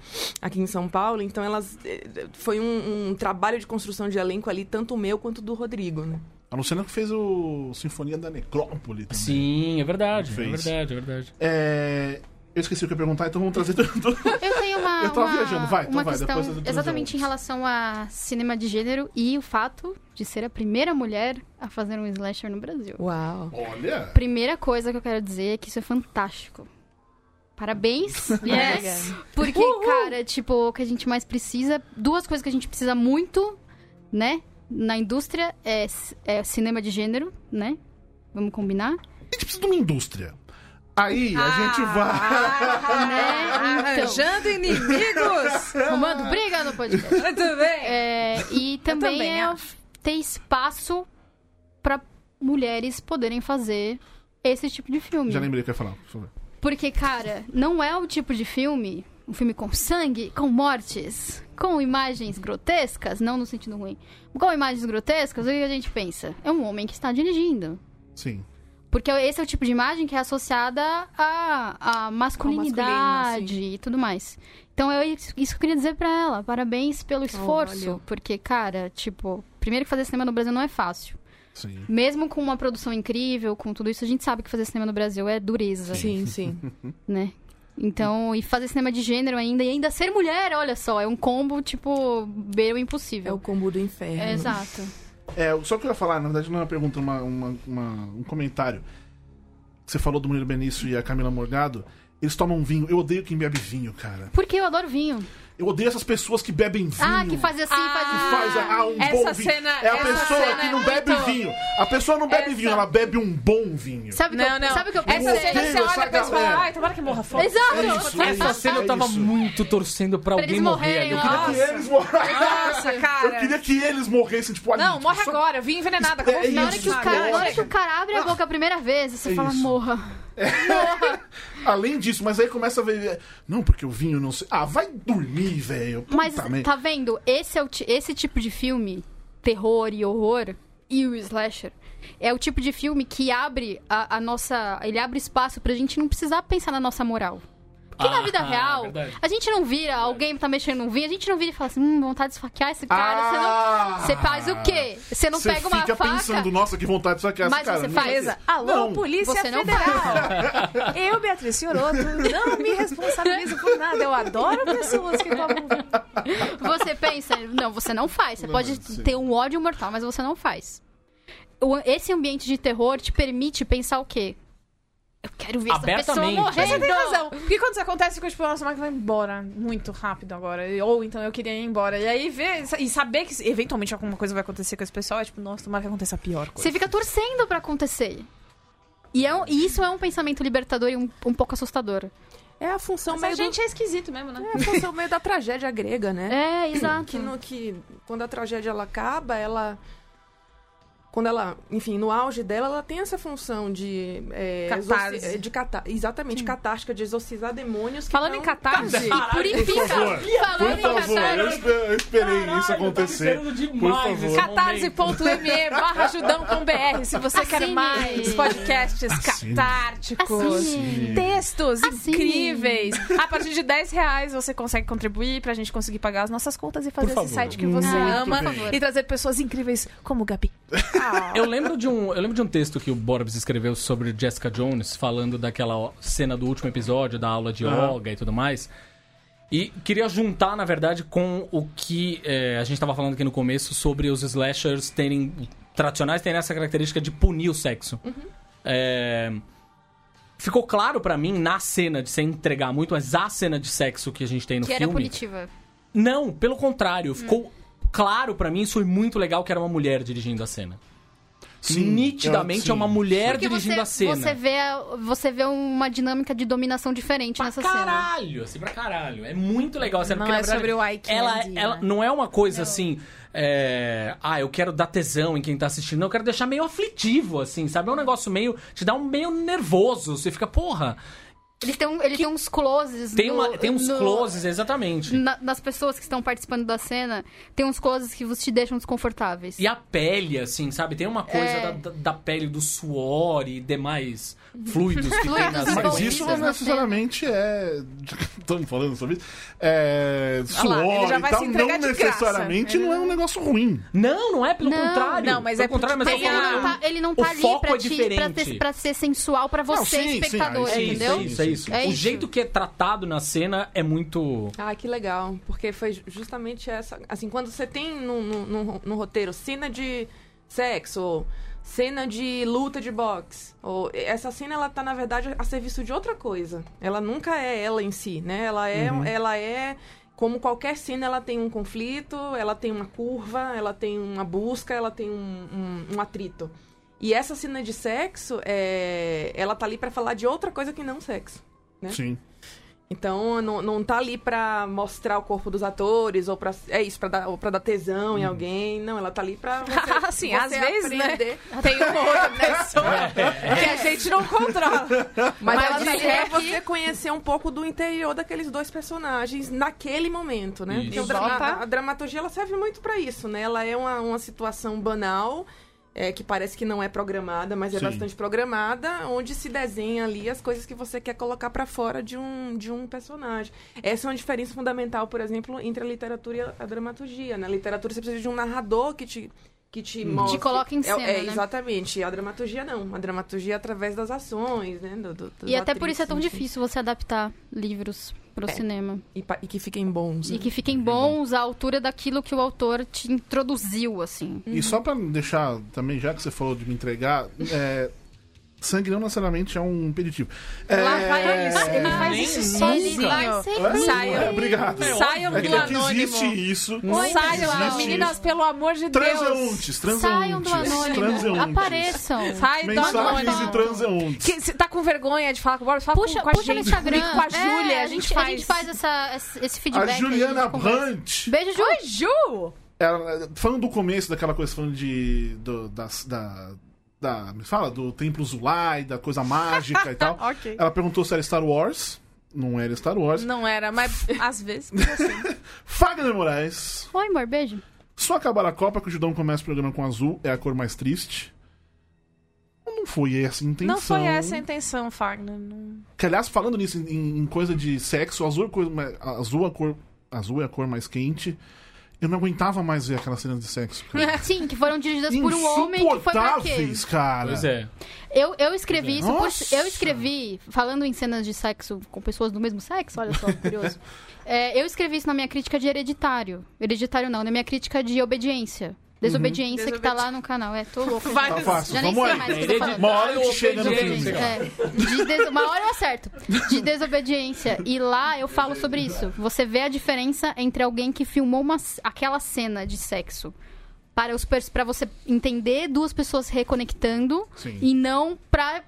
Speaker 6: aqui em São Paulo. Então, elas é, foi um, um trabalho de construção de elenco ali, tanto o meu quanto do Rodrigo, né?
Speaker 1: A Luciana que fez o Sinfonia da Necrópole também.
Speaker 5: Sim, é verdade. É
Speaker 1: Fez.
Speaker 5: verdade, é verdade.
Speaker 1: É, Eu esqueci o que eu ia perguntar, então vamos trazer tudo.
Speaker 4: Eu tenho uma.
Speaker 1: Eu tava
Speaker 4: uma-
Speaker 1: viajando, vai, então
Speaker 4: uma
Speaker 1: vai,
Speaker 4: questão
Speaker 1: depois eu- depois eu
Speaker 4: exatamente em
Speaker 1: volto.
Speaker 4: relação a cinema de gênero e o fato de ser a primeira mulher a fazer um slasher no Brasil.
Speaker 6: Uau!
Speaker 1: Olha!
Speaker 4: Primeira coisa que eu quero dizer é que isso é fantástico. Parabéns.
Speaker 3: Yes.
Speaker 4: Porque, cara, tipo, o que a gente mais precisa. Duas coisas que a gente precisa muito, né? Na indústria é, c- é cinema de gênero, né? Vamos combinar?
Speaker 1: A gente precisa de uma indústria. Aí
Speaker 3: Ah.
Speaker 1: a gente vai.
Speaker 3: vai. Ah, né? Arranjando inimigos!
Speaker 4: Comando, briga no podcast.
Speaker 3: Muito bem!
Speaker 4: É, e também,
Speaker 3: também
Speaker 4: é ter espaço pra mulheres poderem fazer esse tipo de filme.
Speaker 1: Já lembrei o que eu ia falar, por favor.
Speaker 4: Porque, cara, não é o tipo de filme, um filme com sangue, com mortes, com imagens grotescas, não no sentido ruim, com imagens grotescas, o que a gente pensa? É um homem que está dirigindo.
Speaker 1: Sim.
Speaker 4: Porque esse é o tipo de imagem que é associada à, à masculinidade e tudo mais. Então é isso isso que eu queria dizer pra ela. Parabéns pelo esforço.
Speaker 6: Olha.
Speaker 4: Porque, cara, tipo, primeiro que fazer cinema no Brasil não é fácil.
Speaker 1: Sim.
Speaker 4: Mesmo com uma produção incrível, com tudo isso, a gente sabe que fazer cinema no Brasil é dureza,
Speaker 6: Sim, sim.
Speaker 4: né? Então, e fazer cinema de gênero ainda, e ainda ser mulher, olha só, é um combo, tipo, beira o
Speaker 6: É
Speaker 4: impossível.
Speaker 6: o combo do inferno.
Speaker 4: É, Exato.
Speaker 1: É, só que eu ia falar, na verdade, não é uma pergunta, uma, uma- uma- um comentário. Você falou do Murilo Benício e a Camila Morgado. Eles tomam vinho. Eu odeio quem bebe vinho, cara.
Speaker 4: Porque eu adoro vinho.
Speaker 1: Eu odeio essas pessoas que bebem vinho.
Speaker 4: Ah, que faz assim,
Speaker 3: Ah,
Speaker 4: faz assim.
Speaker 1: Faz a- ah, um
Speaker 3: Essa
Speaker 1: bom vinho.
Speaker 3: cena-
Speaker 1: é a
Speaker 3: essa
Speaker 1: pessoa
Speaker 3: cena
Speaker 1: que
Speaker 3: é
Speaker 1: não bebe
Speaker 3: muito-
Speaker 1: vinho. A pessoa não bebe
Speaker 3: Essa-
Speaker 1: vinho, ela bebe um bom vinho.
Speaker 4: Sabe o que eu-
Speaker 3: Não, É não.
Speaker 4: Sabe o que eu
Speaker 3: Essa
Speaker 1: Eu
Speaker 3: cena
Speaker 1: odeio
Speaker 3: você olha
Speaker 1: essa
Speaker 3: pra isso e fala,
Speaker 1: galera.
Speaker 3: ai, tomara que morra foda.
Speaker 4: Exato!
Speaker 1: É isso, é
Speaker 5: Essa
Speaker 1: isso,
Speaker 5: cena
Speaker 1: é
Speaker 5: eu tava
Speaker 1: isso.
Speaker 5: muito torcendo pra
Speaker 4: tá Pra
Speaker 5: alguém
Speaker 4: eles
Speaker 5: morrer
Speaker 4: morrerem,
Speaker 5: ali.
Speaker 1: Eu queria que
Speaker 3: Nossa.
Speaker 1: eles morressem.
Speaker 3: Nossa, cara.
Speaker 1: Eu queria que eles morressem, tipo, ali.
Speaker 3: Não,
Speaker 1: tipo,
Speaker 3: morre
Speaker 1: só-
Speaker 3: agora. Eu vim envenenada. Acabou
Speaker 1: É
Speaker 3: o
Speaker 1: isso,
Speaker 3: final.
Speaker 4: Na hora, que o
Speaker 1: sabe?
Speaker 4: cara, na hora
Speaker 1: Lógico.
Speaker 4: que o cara abre a boca a primeira vez, você
Speaker 1: É
Speaker 4: fala,
Speaker 1: isso.
Speaker 4: morra.
Speaker 1: Além disso, mas aí começa a ver. Não, porque o vinho não sei. Ah, vai dormir, velho. Puta
Speaker 4: Mas,
Speaker 1: merda.
Speaker 4: tá vendo? Esse, é o ti- esse tipo de filme, terror e horror, e o slasher, é o tipo de filme que abre a, a nossa... Ele abre espaço pra gente não precisar pensar na nossa moral. Porque na
Speaker 5: Ah,
Speaker 4: vida real,
Speaker 5: verdade.
Speaker 4: a gente não vira, alguém tá mexendo num vinho, a gente não vira e fala assim, hum, vontade de esfaquear esse cara, você não...
Speaker 1: Ah!
Speaker 4: Você faz o quê? Você não
Speaker 1: Você
Speaker 4: pega uma
Speaker 1: fica
Speaker 4: faca...
Speaker 1: pensando, nossa, que vontade disso aqui.
Speaker 4: Mas
Speaker 1: cara,
Speaker 4: você
Speaker 1: não
Speaker 4: faz.
Speaker 1: sei o quê.
Speaker 3: Beleza. Alô,
Speaker 1: Não,
Speaker 3: Polícia
Speaker 4: você não
Speaker 3: Federal. Eu, Beatriz Fioroto, não me responsabilizo por nada. Eu adoro pessoas que tomam vinho.
Speaker 4: Você pensa, não, você não faz. Você
Speaker 1: Não,
Speaker 4: pode
Speaker 1: sim.
Speaker 4: ter um ódio mortal, mas você não faz. O- Esse ambiente de terror te permite pensar o quê? Eu quero ver essa pessoa
Speaker 5: Abertamente,
Speaker 4: morrer.
Speaker 5: né?
Speaker 3: Você tem razão. Porque quando isso acontece, fica tipo, nossa, a máquina vai embora muito rápido agora. Ou então eu queria ir embora. E aí ver e saber que eventualmente alguma coisa vai acontecer com esse pessoal é tipo, nossa, tomara que aconteça a pior coisa.
Speaker 4: Você fica torcendo pra acontecer. E, é um- e isso é um pensamento libertador e um, um pouco assustador.
Speaker 6: É a função
Speaker 3: Mas a
Speaker 6: meio do...
Speaker 3: gente é esquisito mesmo, né?
Speaker 6: É a função meio da tragédia grega, né?
Speaker 4: É,
Speaker 6: que,
Speaker 4: exato.
Speaker 6: no, que quando a tragédia ela acaba, ela quando ela, enfim, no auge dela, ela tem essa função de é,
Speaker 3: Catarse.
Speaker 6: exorci- de cata, exatamente catástica de exorcizar demônios. que
Speaker 3: Falando em
Speaker 6: estão-
Speaker 3: catarse,
Speaker 1: Por favor,
Speaker 4: Purifica. Falando
Speaker 1: por
Speaker 4: em
Speaker 1: favor, um é eu
Speaker 4: catarse.
Speaker 1: espe- eu esperei
Speaker 4: tá
Speaker 1: isso acontecer. Por favor.
Speaker 3: catarse.me barra Judão com BR, se você quer
Speaker 4: Assine.
Speaker 3: mais podcasts
Speaker 1: Assine.
Speaker 4: Assim,
Speaker 3: catárticos.
Speaker 1: assim?
Speaker 4: Assine.
Speaker 3: Textos
Speaker 4: Assine.
Speaker 3: incríveis. A partir de 10 reais você consegue contribuir pra gente conseguir pagar as nossas contas e fazer esse
Speaker 5: favor.
Speaker 3: site que você
Speaker 4: Muito
Speaker 3: ama
Speaker 1: bem.
Speaker 3: e trazer pessoas incríveis como o Gabi.
Speaker 6: Ah,
Speaker 5: Eu lembro de um, eu lembro de um texto que o Borbs escreveu sobre Jessica Jones, falando daquela cena do último episódio, da aula de
Speaker 1: Aham.
Speaker 5: yoga e tudo mais. E queria juntar, na verdade, com o que eh, a gente estava falando aqui no começo sobre os slashers terem tradicionais terem essa característica de punir o sexo. É, ficou claro pra mim na cena de se entregar muito, mas a cena de sexo que a gente tem no
Speaker 4: que era
Speaker 5: filme.
Speaker 4: punitiva. Hum.
Speaker 5: Não, pelo contrário, ficou claro pra mim, isso foi muito legal que era uma mulher dirigindo a cena.
Speaker 1: Sim,
Speaker 5: Nitidamente
Speaker 1: sim.
Speaker 5: é uma mulher
Speaker 4: Porque
Speaker 5: dirigindo
Speaker 4: você,
Speaker 5: a cena.
Speaker 4: você vê, a- você vê uma dinâmica de dominação diferente
Speaker 5: pra
Speaker 4: nessa cena.
Speaker 5: caralho, assim, pra caralho. É muito legal a cena.
Speaker 3: Não
Speaker 5: porque, na
Speaker 3: é
Speaker 5: verdade,
Speaker 3: sobre o I candy,
Speaker 5: ela,
Speaker 3: né?
Speaker 5: ela Não é uma coisa assim, é, ah, eu quero dar tesão em quem tá assistindo. Não, eu quero deixar meio aflitivo, assim, sabe? É um negócio meio... Te dá um meio nervoso. Você fica, porra...
Speaker 4: Ele tem, um, ele tem uns closes.
Speaker 5: Tem,
Speaker 4: no-
Speaker 5: uma- tem uns
Speaker 4: no-
Speaker 5: closes, exatamente.
Speaker 4: na- nas pessoas que estão participando da cena, tem uns closes que te deixam desconfortáveis.
Speaker 5: E a pele, assim, sabe? Tem uma coisa
Speaker 4: É.
Speaker 5: da, da- da pele, do suor e demais fluidos que tem
Speaker 4: Fluidos e
Speaker 5: nas
Speaker 1: Mas isso não
Speaker 4: envolvidas na
Speaker 1: necessariamente é. Estamos falando sobre isso. É.
Speaker 3: Olha lá,
Speaker 1: Suor
Speaker 3: ele já
Speaker 1: e
Speaker 3: vai
Speaker 1: tal.
Speaker 3: se
Speaker 1: Não
Speaker 3: entregar de graça. né?
Speaker 1: necessariamente
Speaker 3: Ele
Speaker 1: não é um
Speaker 3: não-
Speaker 1: negócio ruim.
Speaker 5: Não, não é, pelo
Speaker 4: Não,
Speaker 5: contrário.
Speaker 3: não, mas
Speaker 5: pelo
Speaker 3: é porque
Speaker 5: contrário, mas um
Speaker 4: Mas
Speaker 5: eu
Speaker 4: ele
Speaker 5: tô
Speaker 4: não
Speaker 5: falando-
Speaker 4: tá, ele não
Speaker 5: o
Speaker 4: tá ali
Speaker 5: foco
Speaker 4: pra,
Speaker 5: é
Speaker 4: te, pra,
Speaker 5: diferente.
Speaker 4: ter- pra ser sensual pra
Speaker 1: Não,
Speaker 4: você,
Speaker 1: sim, sim,
Speaker 4: espectador,
Speaker 1: ah,
Speaker 5: É isso,
Speaker 4: entendeu?
Speaker 5: é isso, é isso.
Speaker 4: É
Speaker 5: o
Speaker 4: isso.
Speaker 5: jeito que é tratado na cena é muito.
Speaker 6: Ah, que legal. Porque foi ju- justamente essa. Assim, quando você tem no, no, no- no roteiro cena de sexo, ou cena de luta de boxe, ou essa cena ela tá, na verdade, a serviço de outra coisa. Ela nunca é ela em si, né? Ela é. Ela é como qualquer cena, ela tem um conflito, ela tem uma curva, ela tem uma busca, ela tem um, um- um atrito. E essa cena de sexo, é, ela tá ali pra falar de outra coisa que não sexo. É.
Speaker 3: Né?
Speaker 1: Sim.
Speaker 6: Então, não, não tá ali pra mostrar o corpo dos atores, ou pra. É isso, pra dar, ou pra dar tesão em alguém. Não, ela tá ali pra. Você,
Speaker 3: Assim,
Speaker 6: você
Speaker 3: Uhum. às vezes, né?
Speaker 6: aprender.
Speaker 3: Tem uma outra pessoa que a gente não controla.
Speaker 6: Mas,
Speaker 4: Mas
Speaker 6: ela
Speaker 4: de
Speaker 6: tá ali pra
Speaker 4: ser que-
Speaker 6: você conhecer um pouco do interior daqueles dois personagens naquele momento, né?
Speaker 5: Isso.
Speaker 6: Porque o
Speaker 3: E
Speaker 6: dra-
Speaker 3: volta-
Speaker 6: a, a dramaturgia ela serve muito pra isso, né? Ela é uma, uma situação banal. é, que parece que não é programada, mas é
Speaker 1: Sim.
Speaker 6: bastante programada, onde se desenha ali as coisas que você quer colocar pra fora de um, de um personagem. Essa é uma diferença fundamental, por exemplo, entre a literatura e a, a dramaturgia. Na literatura você precisa de um narrador que te, que te mostre.
Speaker 4: coloca em
Speaker 6: É-
Speaker 4: cena,
Speaker 6: É,
Speaker 4: né?
Speaker 6: Exatamente. A dramaturgia não. A dramaturgia é através das ações, né? do- do- dos
Speaker 4: E até por
Speaker 6: atrizes,
Speaker 4: isso é tão
Speaker 6: enfim.
Speaker 4: difícil você adaptar livros pro
Speaker 5: É.
Speaker 4: cinema.
Speaker 6: E, pa- e que fiquem bons. né?
Speaker 4: E que fiquem bons à altura daquilo que o autor te introduziu, assim.
Speaker 1: E só pra deixar também, já que você falou de me entregar, é, sangue não necessariamente é um impeditivo. É,
Speaker 3: Lá vai isso. Ele faz
Speaker 5: Nem
Speaker 3: isso
Speaker 5: nunca.
Speaker 3: sozinho.
Speaker 4: Vai ser
Speaker 1: é,
Speaker 3: Saiam.
Speaker 1: é, obrigado.
Speaker 5: É
Speaker 3: Saiam
Speaker 1: É
Speaker 3: do
Speaker 1: que aqui existe
Speaker 3: anônimo.
Speaker 1: isso.
Speaker 3: Saiam,
Speaker 1: existe
Speaker 3: meninas,
Speaker 1: isso.
Speaker 3: pelo amor de Deus.
Speaker 1: Transeuntes, transeuntes.
Speaker 4: Saiam do anônimo.
Speaker 1: Transeuntes.
Speaker 4: Apareçam.
Speaker 3: Sai do
Speaker 1: Mensagens
Speaker 3: anônimo.
Speaker 1: de transeuntes.
Speaker 3: Que, cê tá com vergonha de falar com o Boris? Fala
Speaker 4: Puxa,
Speaker 3: com, com a
Speaker 4: puxa
Speaker 3: gente,
Speaker 4: no Instagram.
Speaker 3: com a Júlia,
Speaker 4: É,
Speaker 3: a, gente faz.
Speaker 4: A gente faz essa- esse- esse
Speaker 1: A
Speaker 4: feedback. aí,
Speaker 1: Juliana
Speaker 4: gente conversa.
Speaker 1: Brandt.
Speaker 4: Beijo, Ju.
Speaker 3: Oi, Ju!
Speaker 1: Ela, falando do começo daquela coisa, falando de. do- das- da, da- Me fala, do templo Zulai, da coisa mágica e tal.
Speaker 3: Ok.
Speaker 1: Ela perguntou se era Star Wars. Não era Star Wars.
Speaker 3: Não era, mas às vezes.
Speaker 1: Fagner Moraes.
Speaker 4: Oi, amor, beijo.
Speaker 1: Só acabar a Copa que o Judão começa o programa com azul é a cor mais triste. Não foi essa a intenção.
Speaker 3: Não foi essa a intenção, Fagner. Não-
Speaker 1: Que, aliás, falando nisso, em, em coisa de sexo, azul é, a coisa mais- azul, é a cor, azul é a cor mais quente. Eu não aguentava mais ver aquelas cenas de sexo. cara.
Speaker 4: Sim, que foram dirigidas por um homem que foi pra quê?
Speaker 1: Insuportáveis, cara.
Speaker 5: Pois é.
Speaker 4: Eu, eu escrevi isso. por-
Speaker 1: Nossa!
Speaker 4: eu escrevi, falando em cenas de sexo com pessoas do mesmo sexo, olha só, curioso. É, eu escrevi isso na minha crítica de hereditário. Hereditário não, na minha crítica de obediência. Desobediência que tá lá no canal. É, tô louca.
Speaker 1: Tá
Speaker 3: Vai,
Speaker 1: fácil,
Speaker 4: Já nem
Speaker 1: vamos
Speaker 4: sei
Speaker 1: aí.
Speaker 4: mais o que eu tô falando.
Speaker 1: Uma hora que chega no
Speaker 5: Obediente.
Speaker 1: fim.
Speaker 4: É, de des- Uma hora eu acerto. De desobediência. E lá eu falo sobre isso. Você vê a diferença entre alguém que filmou uma, c- aquela cena de sexo para os pers- para você entender duas pessoas reconectando
Speaker 1: Sim.
Speaker 4: e não pra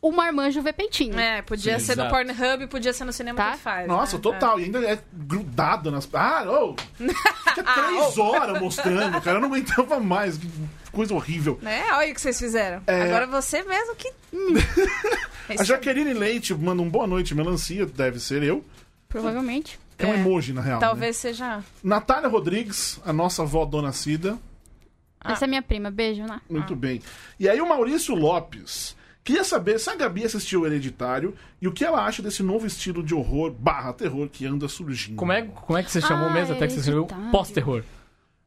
Speaker 4: o marmanjo ver peitinho.
Speaker 3: É, podia
Speaker 5: Sim,
Speaker 3: ser no
Speaker 5: exato.
Speaker 3: Pornhub, podia ser no cinema
Speaker 4: Tá?
Speaker 3: que faz.
Speaker 1: Nossa,
Speaker 3: né?
Speaker 1: total. E ainda é grudado nas. Ah, ô! Fica três horas mostrando, cara. Eu não aguentava mais. Que coisa horrível.
Speaker 3: É, olha o que vocês fizeram.
Speaker 1: É.
Speaker 3: Agora você mesmo que.
Speaker 1: A Jaqueline Leite manda um boa noite, melancia, deve ser eu.
Speaker 4: Provavelmente.
Speaker 1: É um
Speaker 3: É.
Speaker 1: emoji, na real. Né?
Speaker 3: Talvez seja.
Speaker 1: Natália Rodrigues, a nossa avó Dona Cida.
Speaker 4: Essa é minha prima. Beijo, né?
Speaker 1: Muito bem. E aí o Maurício Lopes. Queria saber se a Gabi assistiu o Hereditário e o que ela acha desse novo estilo de horror barra terror que anda surgindo.
Speaker 5: Como é, como é que você chamou
Speaker 4: Ah,
Speaker 5: mesmo até que você escreveu?
Speaker 4: hereditário.
Speaker 5: Pós-terror.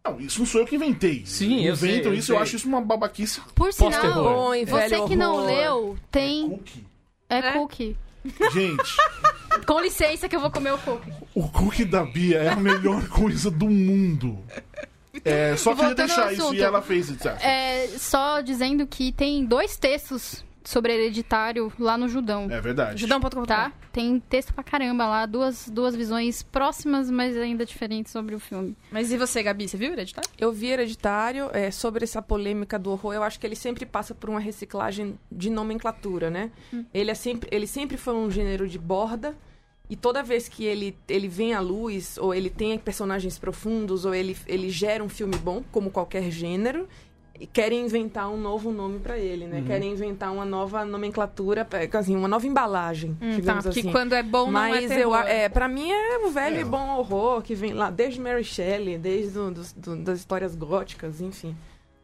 Speaker 1: Não, isso não sou eu que inventei.
Speaker 5: Sim, eu sei,
Speaker 1: Inventam
Speaker 5: eu
Speaker 1: isso,
Speaker 5: sei.
Speaker 1: eu acho isso uma babaquice.
Speaker 4: Por
Speaker 5: Pós-terror.
Speaker 4: sinal,
Speaker 6: Põe,
Speaker 4: você
Speaker 6: velho
Speaker 4: que não
Speaker 6: horror.
Speaker 4: leu, tem.
Speaker 1: Cookie.
Speaker 4: É,
Speaker 3: É?
Speaker 4: cookie.
Speaker 1: Gente,
Speaker 4: Com licença que eu vou comer o cookie.
Speaker 1: o cookie da Bia é a melhor coisa do mundo. É, só queria
Speaker 4: Voltando ao
Speaker 1: deixar isso e
Speaker 4: assunto.
Speaker 1: ela fez isso. É,
Speaker 4: É, só dizendo que tem dois textos sobre hereditário lá no Judão.
Speaker 1: é verdade.
Speaker 3: Judão.com,
Speaker 4: Tá? Tem texto pra caramba lá, duas, duas visões próximas, mas ainda diferentes sobre o filme.
Speaker 3: Mas e você, Gabi? Você viu Hereditário?
Speaker 6: Eu vi Hereditário é, sobre essa polêmica do horror. Eu acho que ele sempre passa por uma reciclagem de nomenclatura, né? Ele, é sempre, ele sempre foi um gênero de borda. E toda vez que ele, ele vem à luz, ou ele tem personagens profundos, ou ele, ele gera um filme bom, como qualquer gênero, e querem inventar um novo nome pra ele, né? Querem inventar uma nova nomenclatura, pra- assim, uma nova embalagem, digamos
Speaker 3: Porque
Speaker 6: assim.
Speaker 3: quando é bom, não é
Speaker 6: Mas eu,
Speaker 3: terror.
Speaker 6: a- é, pra mim é o velho e bom horror que vem lá desde Mary Shelley, desde o- dos- do- das histórias góticas, enfim.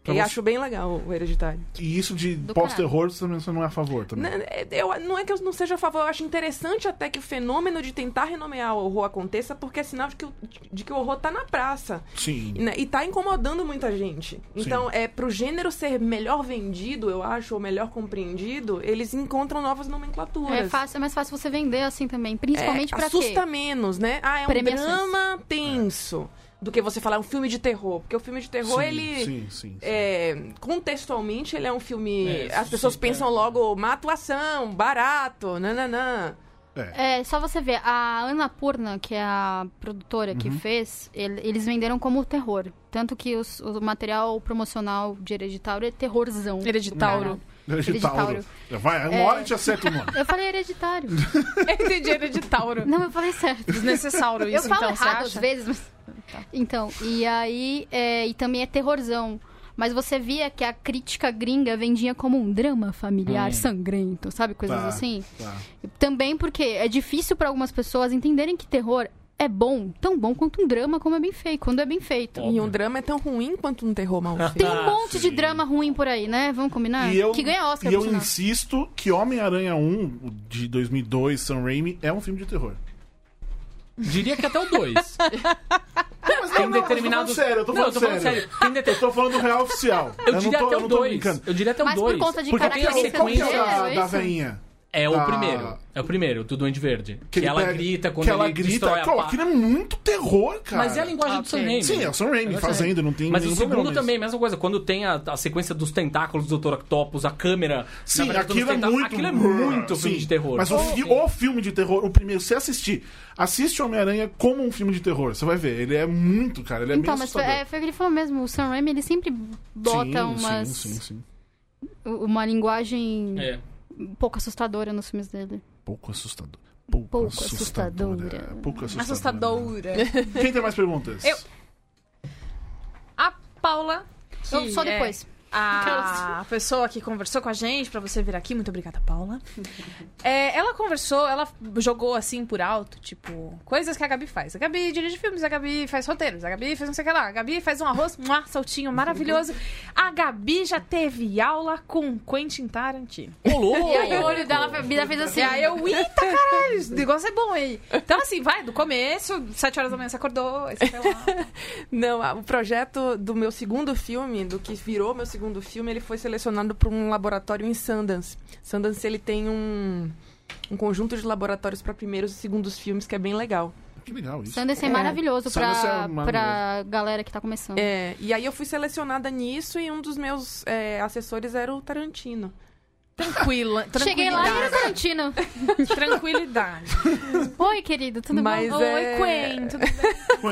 Speaker 1: Pra
Speaker 6: e
Speaker 1: você-
Speaker 6: acho bem legal o hereditário.
Speaker 1: E isso de
Speaker 4: Do
Speaker 1: pós-terror você também- você não é a favor também.
Speaker 6: Não, eu, não é que eu não seja a favor, eu acho interessante até que o fenômeno de tentar renomear o horror aconteça, porque é sinal de que, o- de que o horror tá na praça.
Speaker 1: Sim.
Speaker 6: né? E tá incomodando muita gente. Então, é pro gênero ser melhor vendido, eu acho, ou melhor compreendido, eles encontram novas nomenclaturas.
Speaker 4: É, fácil, é mais fácil você vender assim também, principalmente
Speaker 6: é,
Speaker 4: pra quê?
Speaker 6: assusta menos, né? Ah, é um
Speaker 4: Premiações.
Speaker 6: drama tenso do que você falar é um filme de terror, porque o filme de terror
Speaker 1: Sim,
Speaker 6: ele
Speaker 1: Sim, sim. sim.
Speaker 6: é, contextualmente ele é um filme,
Speaker 5: É,
Speaker 6: as
Speaker 5: sim,
Speaker 6: pessoas
Speaker 5: é.
Speaker 6: pensam logo má atuação, barato, nananã.
Speaker 4: É, só você ver, a Ana Purna, que é a produtora que fez, ele- eles venderam como terror. Tanto que os- o material promocional de Hereditário é terrorzão.
Speaker 3: Hereditário.
Speaker 1: Hereditário. Vai, uma
Speaker 4: É.
Speaker 1: hora a gente acerta o nome.
Speaker 4: Eu falei hereditário.
Speaker 3: Eu entendi Hereditário.
Speaker 4: Não, eu falei certo.
Speaker 3: Desnecessário
Speaker 4: Eu
Speaker 3: isso,
Speaker 4: falo
Speaker 3: então, você
Speaker 4: errado às
Speaker 3: acha?
Speaker 4: vezes, mas...
Speaker 1: Tá.
Speaker 4: Então, e aí... é, e também é terrorzão. Mas você via que a crítica gringa vendia como um drama familiar
Speaker 5: Hum.
Speaker 4: sangrento, sabe? Coisas
Speaker 1: Tá.
Speaker 4: assim.
Speaker 1: Tá.
Speaker 4: Também porque é difícil pra algumas pessoas entenderem que terror é bom, tão bom quanto um drama, como é bem feito, quando é bem feito.
Speaker 5: Óbvio.
Speaker 6: E um drama é tão ruim quanto um terror mal feito.
Speaker 4: Tem um monte de drama ruim por aí, né? Vamos combinar?
Speaker 1: Ah, E eu,
Speaker 4: que ganha Oscar,
Speaker 1: e eu
Speaker 4: por sinal.
Speaker 1: insisto que Homem-Aranha 1, o de 2002, Sam Raimi, é um filme de terror.
Speaker 5: Diria que até o 2.
Speaker 1: Mas
Speaker 5: Tem
Speaker 1: não, não,
Speaker 5: determinados.
Speaker 1: Eu tô falando sério, eu tô falando sério.
Speaker 5: Tem deter-
Speaker 1: Eu tô falando real oficial.
Speaker 5: Eu
Speaker 1: não
Speaker 5: diria
Speaker 1: tô,
Speaker 5: até
Speaker 1: eu
Speaker 5: o
Speaker 1: não tô
Speaker 5: 2.
Speaker 1: brincando.
Speaker 5: Eu diria até o
Speaker 4: Mas
Speaker 5: 2
Speaker 4: por conta de
Speaker 1: Porque tem
Speaker 5: características
Speaker 1: a
Speaker 4: característica do
Speaker 5: sequência-
Speaker 1: sequência
Speaker 4: gênero,
Speaker 1: da,
Speaker 4: é
Speaker 1: da
Speaker 4: isso?
Speaker 1: veinha.
Speaker 5: É o
Speaker 1: Ah.
Speaker 5: primeiro. É o primeiro, do Duende Verde. Que,
Speaker 1: ele
Speaker 5: ela
Speaker 1: pega-
Speaker 5: grita quando
Speaker 1: que ela
Speaker 5: ele
Speaker 1: grita.
Speaker 5: destrói a
Speaker 1: Cara,
Speaker 5: pá.
Speaker 1: aquilo é muito terror, cara.
Speaker 5: Mas é a linguagem do
Speaker 3: Ok.
Speaker 5: Sam Raimi.
Speaker 1: Sim, é o Sam Raimi
Speaker 5: É o Sam
Speaker 1: fazendo, não tem
Speaker 5: Mas o
Speaker 1: nenhum
Speaker 5: segundo
Speaker 1: problema,
Speaker 5: também, mesma coisa. Quando tem a, a sequência dos tentáculos do Dr. Octopus, a câmera...
Speaker 1: Sim,
Speaker 5: na verdade, dos
Speaker 1: aquilo é
Speaker 5: tentáculos-
Speaker 1: muito...
Speaker 5: Aquilo é muito
Speaker 1: Sim,
Speaker 5: filme de terror.
Speaker 1: Mas o, fi- o filme de terror, o primeiro, se assistir, assiste Homem-Aranha como um filme de terror. Você vai ver, ele é muito, cara, ele é
Speaker 4: Então,
Speaker 1: bem
Speaker 4: mas foi,
Speaker 1: assustador.
Speaker 4: é, foi o que ele falou mesmo. O Sam Raimi, ele sempre bota
Speaker 1: Sim,
Speaker 4: umas,
Speaker 1: Sim, sim, sim.
Speaker 4: uma linguagem
Speaker 5: É.
Speaker 4: um pouco assustadora nos filmes dele.
Speaker 1: Pouco assustador. Pouco,
Speaker 4: Pouco
Speaker 1: assustadora.
Speaker 4: assustadora. Uhum.
Speaker 1: Pouco assustadora.
Speaker 3: Assustadora.
Speaker 1: Quem tem mais perguntas?
Speaker 3: Eu. A Paula. que
Speaker 4: Eu- só
Speaker 3: é
Speaker 4: depois.
Speaker 3: a pessoa que conversou com a gente, pra você vir aqui, muito obrigada, Paula. É, ela conversou, ela jogou assim por alto, tipo, coisas que a Gabi faz. A Gabi dirige filmes, a Gabi faz roteiros, a Gabi faz não sei o que lá, a Gabi faz um arroz, um saltinho maravilhoso. A Gabi já teve aula com Quentin Tarantino.
Speaker 5: Ô, louco!
Speaker 4: E aí o olho dela, dela fez assim.
Speaker 3: E É, aí eu, eita caralho, esse negócio é bom aí. Então assim, vai, do começo, sete horas da manhã você acordou, aí você foi lá.
Speaker 6: Não, a- o projeto do meu segundo filme, do que virou meu segundo filme, ele foi selecionado por um laboratório em Sundance. Sundance ele tem um, um conjunto de laboratórios para primeiros e segundos filmes que é bem legal.
Speaker 1: Que legal isso.
Speaker 4: Sanders é,
Speaker 6: É.
Speaker 4: maravilhoso pra,
Speaker 1: Sundance é maravilhoso.
Speaker 4: pra galera que tá começando.
Speaker 6: É, e aí eu fui selecionada nisso e um dos meus é, assessores era o Tarantino.
Speaker 3: Tranquila,
Speaker 4: Cheguei lá e era
Speaker 3: tranquilidade.
Speaker 4: Tarantino.
Speaker 3: Tranquilidade.
Speaker 4: Oi, querido, tudo
Speaker 6: Mas
Speaker 4: bom?
Speaker 6: é-
Speaker 4: Oi, Quen, tudo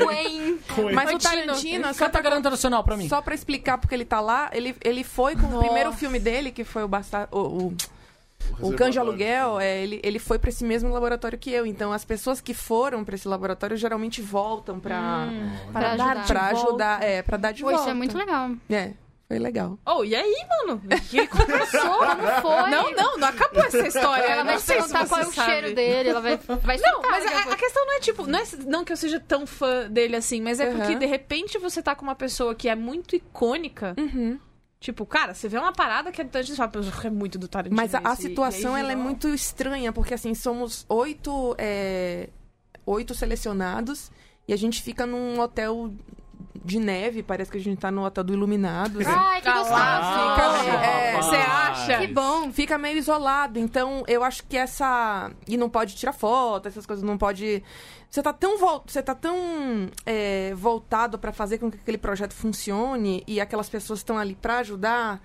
Speaker 4: bem? Quen.
Speaker 6: Mas o
Speaker 3: Tarantino,
Speaker 6: Tarantino, só
Speaker 5: Canta
Speaker 6: pra,
Speaker 5: garanta nacional pra mim.
Speaker 6: só pra explicar porque ele tá lá, ele, ele foi com o primeiro filme dele, que foi o, Basta- o- o O
Speaker 1: Reservatório.
Speaker 6: Canja Aluguel, é, ele, ele foi para esse mesmo laboratório que eu. Então, as pessoas que foram para esse laboratório geralmente voltam para
Speaker 4: Hum, pra
Speaker 6: pra
Speaker 4: ajudar.
Speaker 6: pra ajudar, é, para dar de
Speaker 4: Pô,
Speaker 6: volta.
Speaker 4: isso é muito legal.
Speaker 6: É, foi legal.
Speaker 3: Oh, e aí, mano? Que
Speaker 4: Sou, não foi.
Speaker 3: Não, não, não acabou essa história.
Speaker 4: Ela vai
Speaker 3: Não
Speaker 4: te
Speaker 3: sei se
Speaker 4: perguntar qual é
Speaker 3: você
Speaker 4: o
Speaker 3: sabe.
Speaker 4: cheiro dele, ela vai, vai
Speaker 3: Não,
Speaker 4: chutar,
Speaker 3: mas
Speaker 4: né?
Speaker 3: a, a questão não é tipo, não, é, não que eu seja tão fã dele assim, mas é porque
Speaker 6: Uhum.
Speaker 3: de repente você tá com uma pessoa que é muito icônica.
Speaker 4: Uhum.
Speaker 3: Tipo, cara, você vê uma parada que é do Tarantino, você fala, "Pô, é muito do Tarantino.
Speaker 6: Mas a,
Speaker 3: isso",
Speaker 6: a
Speaker 3: e-
Speaker 6: situação
Speaker 3: e aí
Speaker 6: ela é
Speaker 3: vira-
Speaker 6: muito estranha, porque assim, somos oito, é, oito selecionados e a gente fica num hotel de neve, parece que a gente tá no hotel do Iluminado. assim.
Speaker 4: Ai, que
Speaker 3: Ah,
Speaker 4: gostoso!
Speaker 3: lá,
Speaker 6: Então,
Speaker 3: Nossa,
Speaker 6: é,
Speaker 5: rapaz.
Speaker 6: você acha?
Speaker 4: Que bom!
Speaker 6: Fica meio isolado, então eu acho que essa. E não pode tirar foto, essas coisas, não pode. Você tá tão, vol... você tá tão é, voltado pra fazer com que aquele projeto funcione e aquelas pessoas estão ali pra ajudar,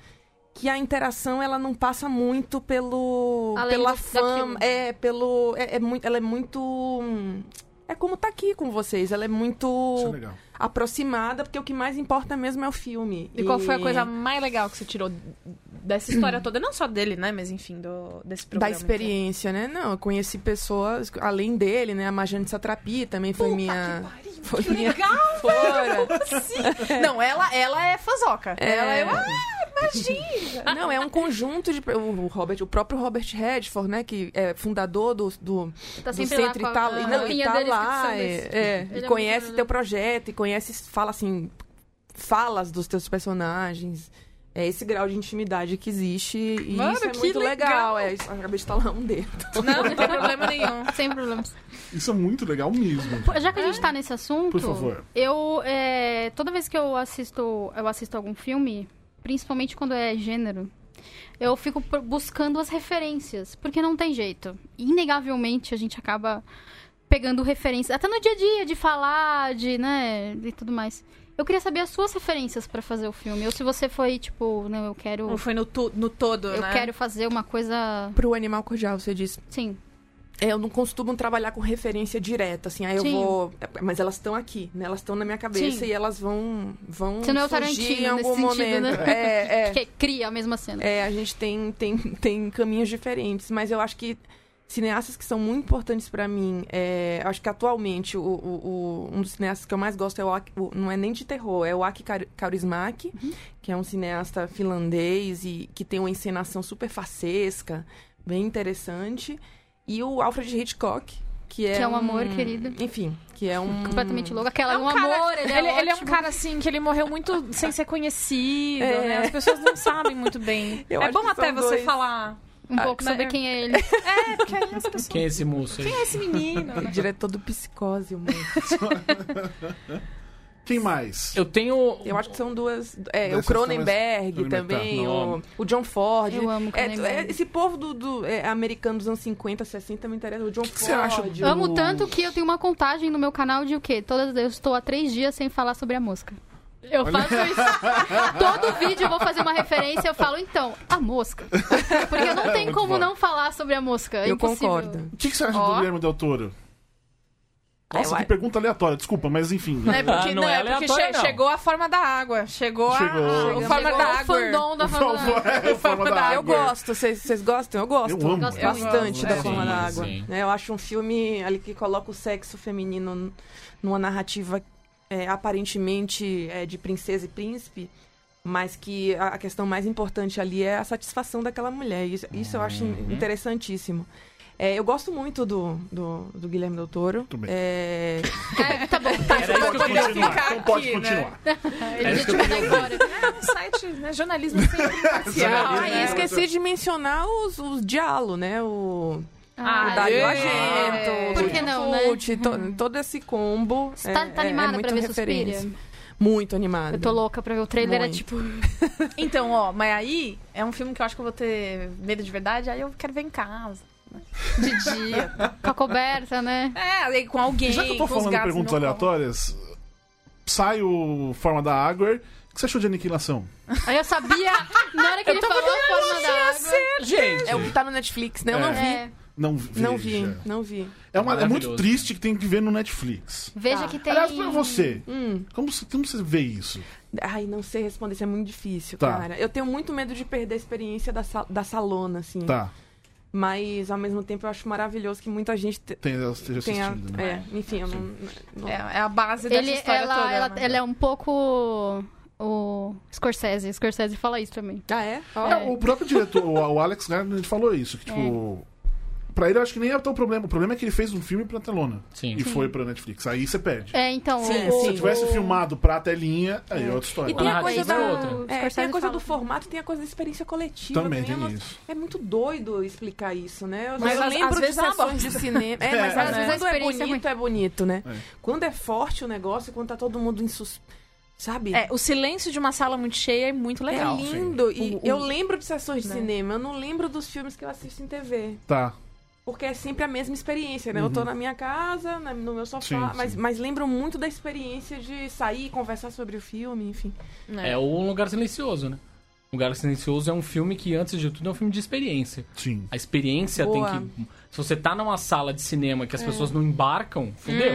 Speaker 6: que a interação ela não passa muito pelo.
Speaker 4: Além
Speaker 6: pela
Speaker 4: do-
Speaker 6: fama.
Speaker 4: daquilo.
Speaker 6: É, pelo. É, é muito... Ela é muito. hum, É como tá aqui com vocês, ela é
Speaker 1: Isso é
Speaker 6: muito
Speaker 1: legal.
Speaker 6: aproximada, porque o que mais importa mesmo é o filme.
Speaker 3: E qual foi a coisa mais legal que você tirou dessa história toda? Não só dele, né? Mas enfim, do, desse programa. então.
Speaker 6: da experiência, né? Não, eu conheci pessoas, além dele, né? A Marjane Satrapi também foi
Speaker 3: Puta
Speaker 6: minha.
Speaker 3: que pariu,
Speaker 6: foi
Speaker 3: que
Speaker 6: minha
Speaker 3: legal!
Speaker 6: Fora.
Speaker 3: Sim. Não, ela, ela é fazoca.
Speaker 6: É.
Speaker 3: Ela é... Ah, imagina!
Speaker 6: Não, é um conjunto de. O, Robert, o próprio Robert Redford, né? Que é fundador do, do,
Speaker 4: Tá
Speaker 6: do
Speaker 4: sempre lá
Speaker 6: centro
Speaker 4: com a
Speaker 6: e tá, e não, e
Speaker 4: roupinha
Speaker 6: tá
Speaker 4: dele,
Speaker 6: lá.
Speaker 4: esqueci
Speaker 6: É,
Speaker 4: desse.
Speaker 6: é,
Speaker 4: Ele
Speaker 6: e
Speaker 4: é muito
Speaker 6: conhece
Speaker 4: legal.
Speaker 6: teu projeto, e conhece, fala assim, falas dos teus personagens. É esse grau de intimidade que existe. E
Speaker 3: Mano,
Speaker 6: isso é
Speaker 3: que
Speaker 6: muito
Speaker 3: legal.
Speaker 6: legal. É, isso- acabei de falar um dedo.
Speaker 3: Ah, Não, não tem problema nenhum.
Speaker 4: Sem problemas.
Speaker 1: Isso é muito legal mesmo.
Speaker 4: Pô, Já que a gente tá nesse assunto,
Speaker 1: É. Por favor.
Speaker 4: eu é, toda vez que eu assisto, eu assisto algum filme, principalmente quando é gênero, eu fico pro- buscando as referências, porque não tem jeito. Inegavelmente a gente acaba pegando referências, até no dia a dia de falar, de, né, e tudo mais. Eu queria saber as suas referências pra fazer o filme, ou se você foi tipo, não, eu quero
Speaker 3: Ou foi no, tu- no todo,
Speaker 4: eu
Speaker 3: Um né?
Speaker 4: quero fazer uma coisa,
Speaker 6: Pro Animal Cordial, você disse.
Speaker 4: sim,
Speaker 6: É, eu não costumo trabalhar com referência direta, assim, aí eu
Speaker 4: Sim.
Speaker 6: vou. Mas elas estão aqui, né? Elas estão na minha cabeça
Speaker 4: Sim.
Speaker 6: e elas vão. vão
Speaker 4: Você não é o
Speaker 6: surgir
Speaker 4: Tarantino
Speaker 6: em algum
Speaker 4: nesse sentido,
Speaker 6: momento.
Speaker 4: né?
Speaker 6: É, é.
Speaker 4: que cria a mesma cena.
Speaker 6: É, a gente tem, tem, tem caminhos diferentes, mas eu acho que cineastas que são muito importantes pra mim, é, eu acho que atualmente o, o- o- um dos cineastas que eu mais gosto é o, Aki- o- não é nem de terror, é o Aki Kar- Kaurismäki,
Speaker 4: Uhum.
Speaker 6: que é um cineasta finlandês e que tem uma encenação super facesca, bem interessante, e o Alfred Hitchcock, que é
Speaker 4: Que é um amor
Speaker 6: um-
Speaker 4: querido.
Speaker 6: Enfim, que é um
Speaker 4: Completamente louco. Aquela
Speaker 3: É
Speaker 4: é
Speaker 3: um
Speaker 4: um,
Speaker 3: cara-
Speaker 4: amor, ele,
Speaker 3: Ele,
Speaker 4: é
Speaker 3: ele é um
Speaker 4: ótimo.
Speaker 3: cara assim que ele morreu muito sem ser conhecido,
Speaker 6: É.
Speaker 3: né? As pessoas não sabem muito bem.
Speaker 6: Eu
Speaker 3: é
Speaker 6: acho
Speaker 3: bom
Speaker 6: que são
Speaker 3: até você
Speaker 6: dois.
Speaker 3: falar.
Speaker 4: Um pouco
Speaker 3: né,
Speaker 4: sobre
Speaker 3: eu-
Speaker 4: quem é ele.
Speaker 3: É, porque aí as pessoas.
Speaker 5: Quem é esse moço aí?
Speaker 3: Quem é esse menino? né?
Speaker 6: diretor do Psicose, mano.
Speaker 1: Quem mais?
Speaker 5: Eu tenho.
Speaker 6: Eu acho que são duas. É,
Speaker 1: Dessas
Speaker 6: o Cronenberg
Speaker 1: são as-
Speaker 6: também,
Speaker 5: Cronenberg,
Speaker 6: o, o John Ford.
Speaker 4: Eu amo
Speaker 6: É,
Speaker 4: Cronenberg.
Speaker 6: é, esse povo do, do, é, americano dos anos 50, 60 me interessa. O John Ford.
Speaker 1: você acha
Speaker 6: o-
Speaker 4: Amo tanto que eu tenho uma contagem no meu canal de o quê? Todas, eu estou há três dias sem falar sobre a mosca. Eu faço isso. Todo vídeo eu vou fazer uma referência eu falo, então, a mosca. Porque não tem como não falar sobre a mosca. É
Speaker 6: Eu
Speaker 4: impossível.
Speaker 6: concordo.
Speaker 1: O que, que você acha
Speaker 3: Ó.
Speaker 1: do Guilherme Del Toro? Nossa,
Speaker 6: eu
Speaker 1: que
Speaker 6: a-
Speaker 1: pergunta aleatória, desculpa, mas enfim.
Speaker 3: É porque,
Speaker 5: Ah,
Speaker 3: não,
Speaker 5: não
Speaker 3: é
Speaker 5: é
Speaker 3: porque
Speaker 5: aleatório,
Speaker 3: che-
Speaker 5: não.
Speaker 3: chegou a forma da água. Chegou,
Speaker 1: Chegou.
Speaker 3: a, a
Speaker 1: Chegou.
Speaker 3: forma da
Speaker 4: O
Speaker 3: água.
Speaker 4: fandom da
Speaker 1: Por favor,
Speaker 4: forma da-
Speaker 1: é, o Forma da
Speaker 6: Eu
Speaker 1: Água.
Speaker 6: gosto, é- vocês vocês gostam? Eu gosto.
Speaker 1: Eu amo.
Speaker 4: Gosto
Speaker 1: Eu
Speaker 4: muito.
Speaker 6: Bastante
Speaker 4: É.
Speaker 6: da forma
Speaker 5: Sim,
Speaker 6: da água.
Speaker 5: sim.
Speaker 6: né? Eu acho um filme ali que coloca o sexo feminino n- numa narrativa é, aparentemente é, de princesa e príncipe, mas que a a questão mais importante ali é a satisfação daquela mulher. Isso, isso eu acho
Speaker 1: Uhum.
Speaker 6: in- interessantíssimo. É, eu gosto muito do, do, do Guilherme Del Toro.
Speaker 1: Muito bem.
Speaker 6: É,
Speaker 4: É, tá bom, tá.
Speaker 5: Era isso que eu
Speaker 1: Pode
Speaker 5: queria
Speaker 1: continuar,
Speaker 3: ficar
Speaker 1: então pode
Speaker 3: aqui, né?
Speaker 1: continuar.
Speaker 4: Ele já te mandar embora.
Speaker 3: É, o site, né? Jornalismo sempre imparcial.
Speaker 1: Jornalismo,
Speaker 6: Ah, e
Speaker 3: né?
Speaker 6: esqueci de mencionar os, os diálogos, né? O,
Speaker 3: Ah,
Speaker 6: o
Speaker 3: Dario
Speaker 6: Dario
Speaker 3: é.
Speaker 6: Argento,
Speaker 4: Por
Speaker 6: o
Speaker 4: que
Speaker 6: John
Speaker 4: não, né?
Speaker 6: Tucci, to- todo esse combo.
Speaker 4: Você tá,
Speaker 6: é-
Speaker 4: tá
Speaker 6: é- é
Speaker 4: animada pra
Speaker 6: muito
Speaker 4: ver
Speaker 6: referência.
Speaker 4: Suspiria?
Speaker 6: Muito animada.
Speaker 4: Eu tô louca pra ver. O trailer é
Speaker 6: Muito.
Speaker 4: tipo...
Speaker 3: Então, ó, mas aí é um filme que eu acho que eu vou ter medo de verdade, aí eu quero ver em casa.
Speaker 4: De dia. Com a coberta, né?
Speaker 3: É, aí com alguém,
Speaker 1: Já que eu tô
Speaker 3: com os
Speaker 1: falando
Speaker 3: gatos
Speaker 1: perguntas
Speaker 3: no meu colo.
Speaker 1: aleatórias, sai o Forma da Água. O que você achou de Aniquilação?
Speaker 4: Aí eu sabia... Na hora que ele falou a forma da água...
Speaker 5: Gente!
Speaker 6: É o que tá no Netflix, né? Eu não vi.
Speaker 4: É.
Speaker 1: Não vi.
Speaker 6: Não vi, não vi.
Speaker 1: É, uma- é muito
Speaker 5: Maravilhoso.
Speaker 1: triste que tem que ver no Netflix.
Speaker 4: Veja
Speaker 6: Tá.
Speaker 4: que tem.
Speaker 1: Aliás, pra você,
Speaker 6: Hum.
Speaker 1: como você, como você vê isso?
Speaker 6: Ai, não sei responder, isso é muito difícil,
Speaker 1: Tá.
Speaker 6: cara. Eu tenho muito medo de perder a experiência da, sa- da salona, assim.
Speaker 1: Tá,
Speaker 6: Mas, ao mesmo tempo, eu acho maravilhoso que muita gente te-
Speaker 1: tem, esteja
Speaker 6: tenha...
Speaker 1: assistindo, né?
Speaker 6: É, enfim, eu não... não-
Speaker 3: É, é a base dessa
Speaker 4: Ele,
Speaker 3: história
Speaker 4: ela,
Speaker 3: toda.
Speaker 4: ela,
Speaker 3: né?
Speaker 4: ela é um pouco. O Scorsese. Scorsese fala isso também.
Speaker 6: Ah, é? Ó.
Speaker 1: É, o próprio diretor, o, o Alex Garland, falou isso, que tipo... Pra ele, eu acho que nem é tão problema. O problema é que ele fez um filme pra telona.
Speaker 5: Sim.
Speaker 1: E foi pra Netflix. Aí você perde.
Speaker 4: É, então.
Speaker 6: Sim,
Speaker 4: o,
Speaker 6: sim.
Speaker 1: Se eu tivesse filmado pra telinha, aí é outra história.
Speaker 6: E tem
Speaker 4: Ah,
Speaker 6: a
Speaker 5: narrativa
Speaker 6: coisa da...
Speaker 5: é outra.
Speaker 4: O
Speaker 6: É, tem a
Speaker 4: Scorsese
Speaker 6: coisa do
Speaker 4: fala.
Speaker 6: formato, tem a coisa da experiência coletiva.
Speaker 1: Também tem
Speaker 6: é uma-
Speaker 1: isso.
Speaker 6: É muito doido explicar isso, né? Eu,
Speaker 3: Mas
Speaker 6: eu
Speaker 3: às- às
Speaker 6: lembro de
Speaker 3: vezes é uma
Speaker 6: sessões de cinema. É, mas
Speaker 1: É.
Speaker 6: às vezes
Speaker 4: Mas a
Speaker 6: quando é
Speaker 4: experiência é
Speaker 6: bonito, é bonito, né?
Speaker 1: É.
Speaker 6: Quando é forte o negócio, quando tá todo mundo em sus... Sabe?
Speaker 3: É, o silêncio de uma sala muito cheia é muito
Speaker 6: É
Speaker 3: legal.
Speaker 6: lindo.
Speaker 3: O-
Speaker 6: E
Speaker 3: o-
Speaker 6: eu lembro de sessões de
Speaker 3: Né?
Speaker 6: cinema, eu não lembro dos filmes que eu assisto em TV.
Speaker 1: Tá.
Speaker 6: Porque é sempre a mesma experiência, né? Eu tô na minha casa, na- no meu sofá,
Speaker 1: Sim,
Speaker 6: mas,
Speaker 1: sim.
Speaker 6: mas lembro muito da experiência de sair e conversar sobre o filme, enfim.
Speaker 3: né?
Speaker 5: É o Um Lugar Silencioso, né? Um Lugar Silencioso é um filme que, antes de tudo, é um filme de experiência.
Speaker 1: Sim.
Speaker 5: A experiência
Speaker 6: Boa.
Speaker 5: tem que. Se você tá numa sala de cinema
Speaker 3: É.
Speaker 5: que as pessoas não embarcam, fudeu.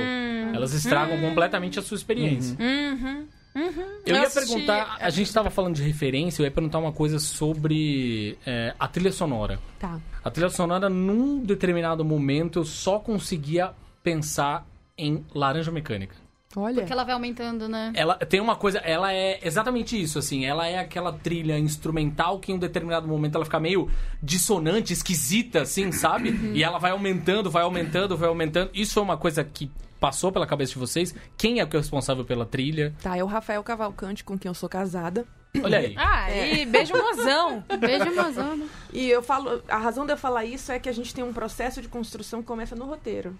Speaker 5: Elas estragam completamente a sua experiência.
Speaker 3: Hum. Uhum. Eu
Speaker 5: Eu ia
Speaker 3: assisti-
Speaker 5: perguntar, a gente tava falando de referência, eu ia perguntar uma coisa sobre é, a trilha sonora.
Speaker 6: Tá.
Speaker 5: A trilha sonora, num determinado momento, eu só conseguia pensar em laranja mecânica.
Speaker 6: Olha.
Speaker 4: Porque ela vai aumentando, né?
Speaker 5: Ela tem uma coisa, ela é exatamente isso, assim, ela é aquela trilha instrumental que em um determinado momento ela fica meio dissonante, esquisita, assim, sabe?
Speaker 3: Uhum.
Speaker 5: E ela vai aumentando, vai aumentando, vai aumentando. Isso é uma coisa que passou pela cabeça de vocês. Quem é o responsável pela trilha?
Speaker 6: Tá, é o Rafael Cavalcante, com quem eu sou casada.
Speaker 5: Olha aí.
Speaker 3: Ah, e beijo mozão.
Speaker 4: Beijo, Amazônia.
Speaker 6: E eu falo, a razão de eu falar isso é que a gente tem um processo de construção que começa no roteiro.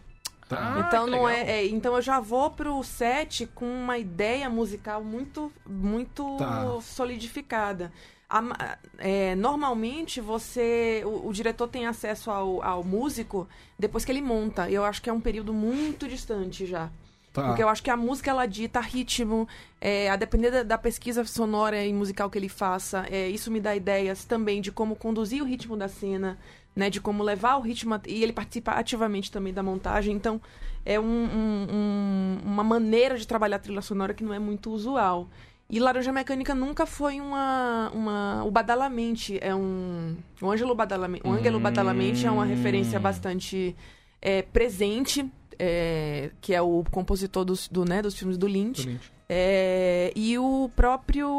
Speaker 5: Ah,
Speaker 6: então
Speaker 5: que
Speaker 6: não é,
Speaker 5: legal.
Speaker 6: é, então eu já vou pro set com uma ideia musical muito muito
Speaker 1: Tá.
Speaker 6: solidificada. A ma- é, normalmente você o, o diretor tem acesso ao, ao músico depois que ele monta. Eu acho que é um período muito distante já.
Speaker 1: Tá.
Speaker 6: Porque eu acho que a música ela dita ritmo, é, a depender da, da pesquisa sonora e musical que ele faça, é, isso me dá ideias também de como conduzir o ritmo da cena, né, de como levar o ritmo at- e ele participa ativamente também da montagem. Então é um- um- um- uma maneira de trabalhar a trilha sonora que não é muito usual. E Laranja Mecânica nunca foi uma. uma o Badalamente é um. O Ângelo Badalamente, o Ângelo Badalamente é uma referência bastante é, presente, é, que é o compositor dos, do, né, dos filmes do Lynch. É, e o próprio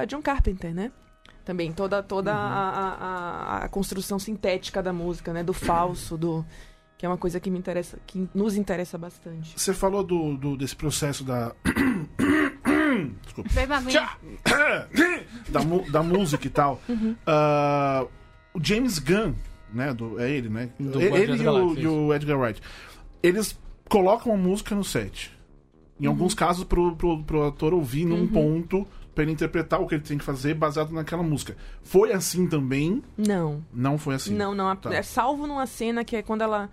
Speaker 6: eh, John Carpenter, né? Também, toda, toda a, a- a- a construção sintética da música, né? Do falso, do. Que é uma coisa que me interessa, que nos interessa bastante.
Speaker 1: Você falou do, do- desse processo da.
Speaker 4: Bebe uma aguinha.
Speaker 1: Tchá! da, mu- da música e tal.
Speaker 6: Uhum.
Speaker 1: Ah, o James Gunn, né? do- é ele, né?
Speaker 5: Do
Speaker 1: ele
Speaker 5: Guardiões
Speaker 1: ele e,
Speaker 5: da
Speaker 1: o,
Speaker 5: Galáxia,
Speaker 1: e o Edgar Wright. Eles colocam a música no set. Em
Speaker 6: Uhum.
Speaker 1: alguns casos, pro, pro, pro ator ouvir num ponto pra ele interpretar o que ele tem que fazer baseado naquela música. Foi assim também?
Speaker 6: Não.
Speaker 1: Não foi assim.
Speaker 6: Não, não. a-
Speaker 1: Tá.
Speaker 6: É salvo numa cena que é quando ela.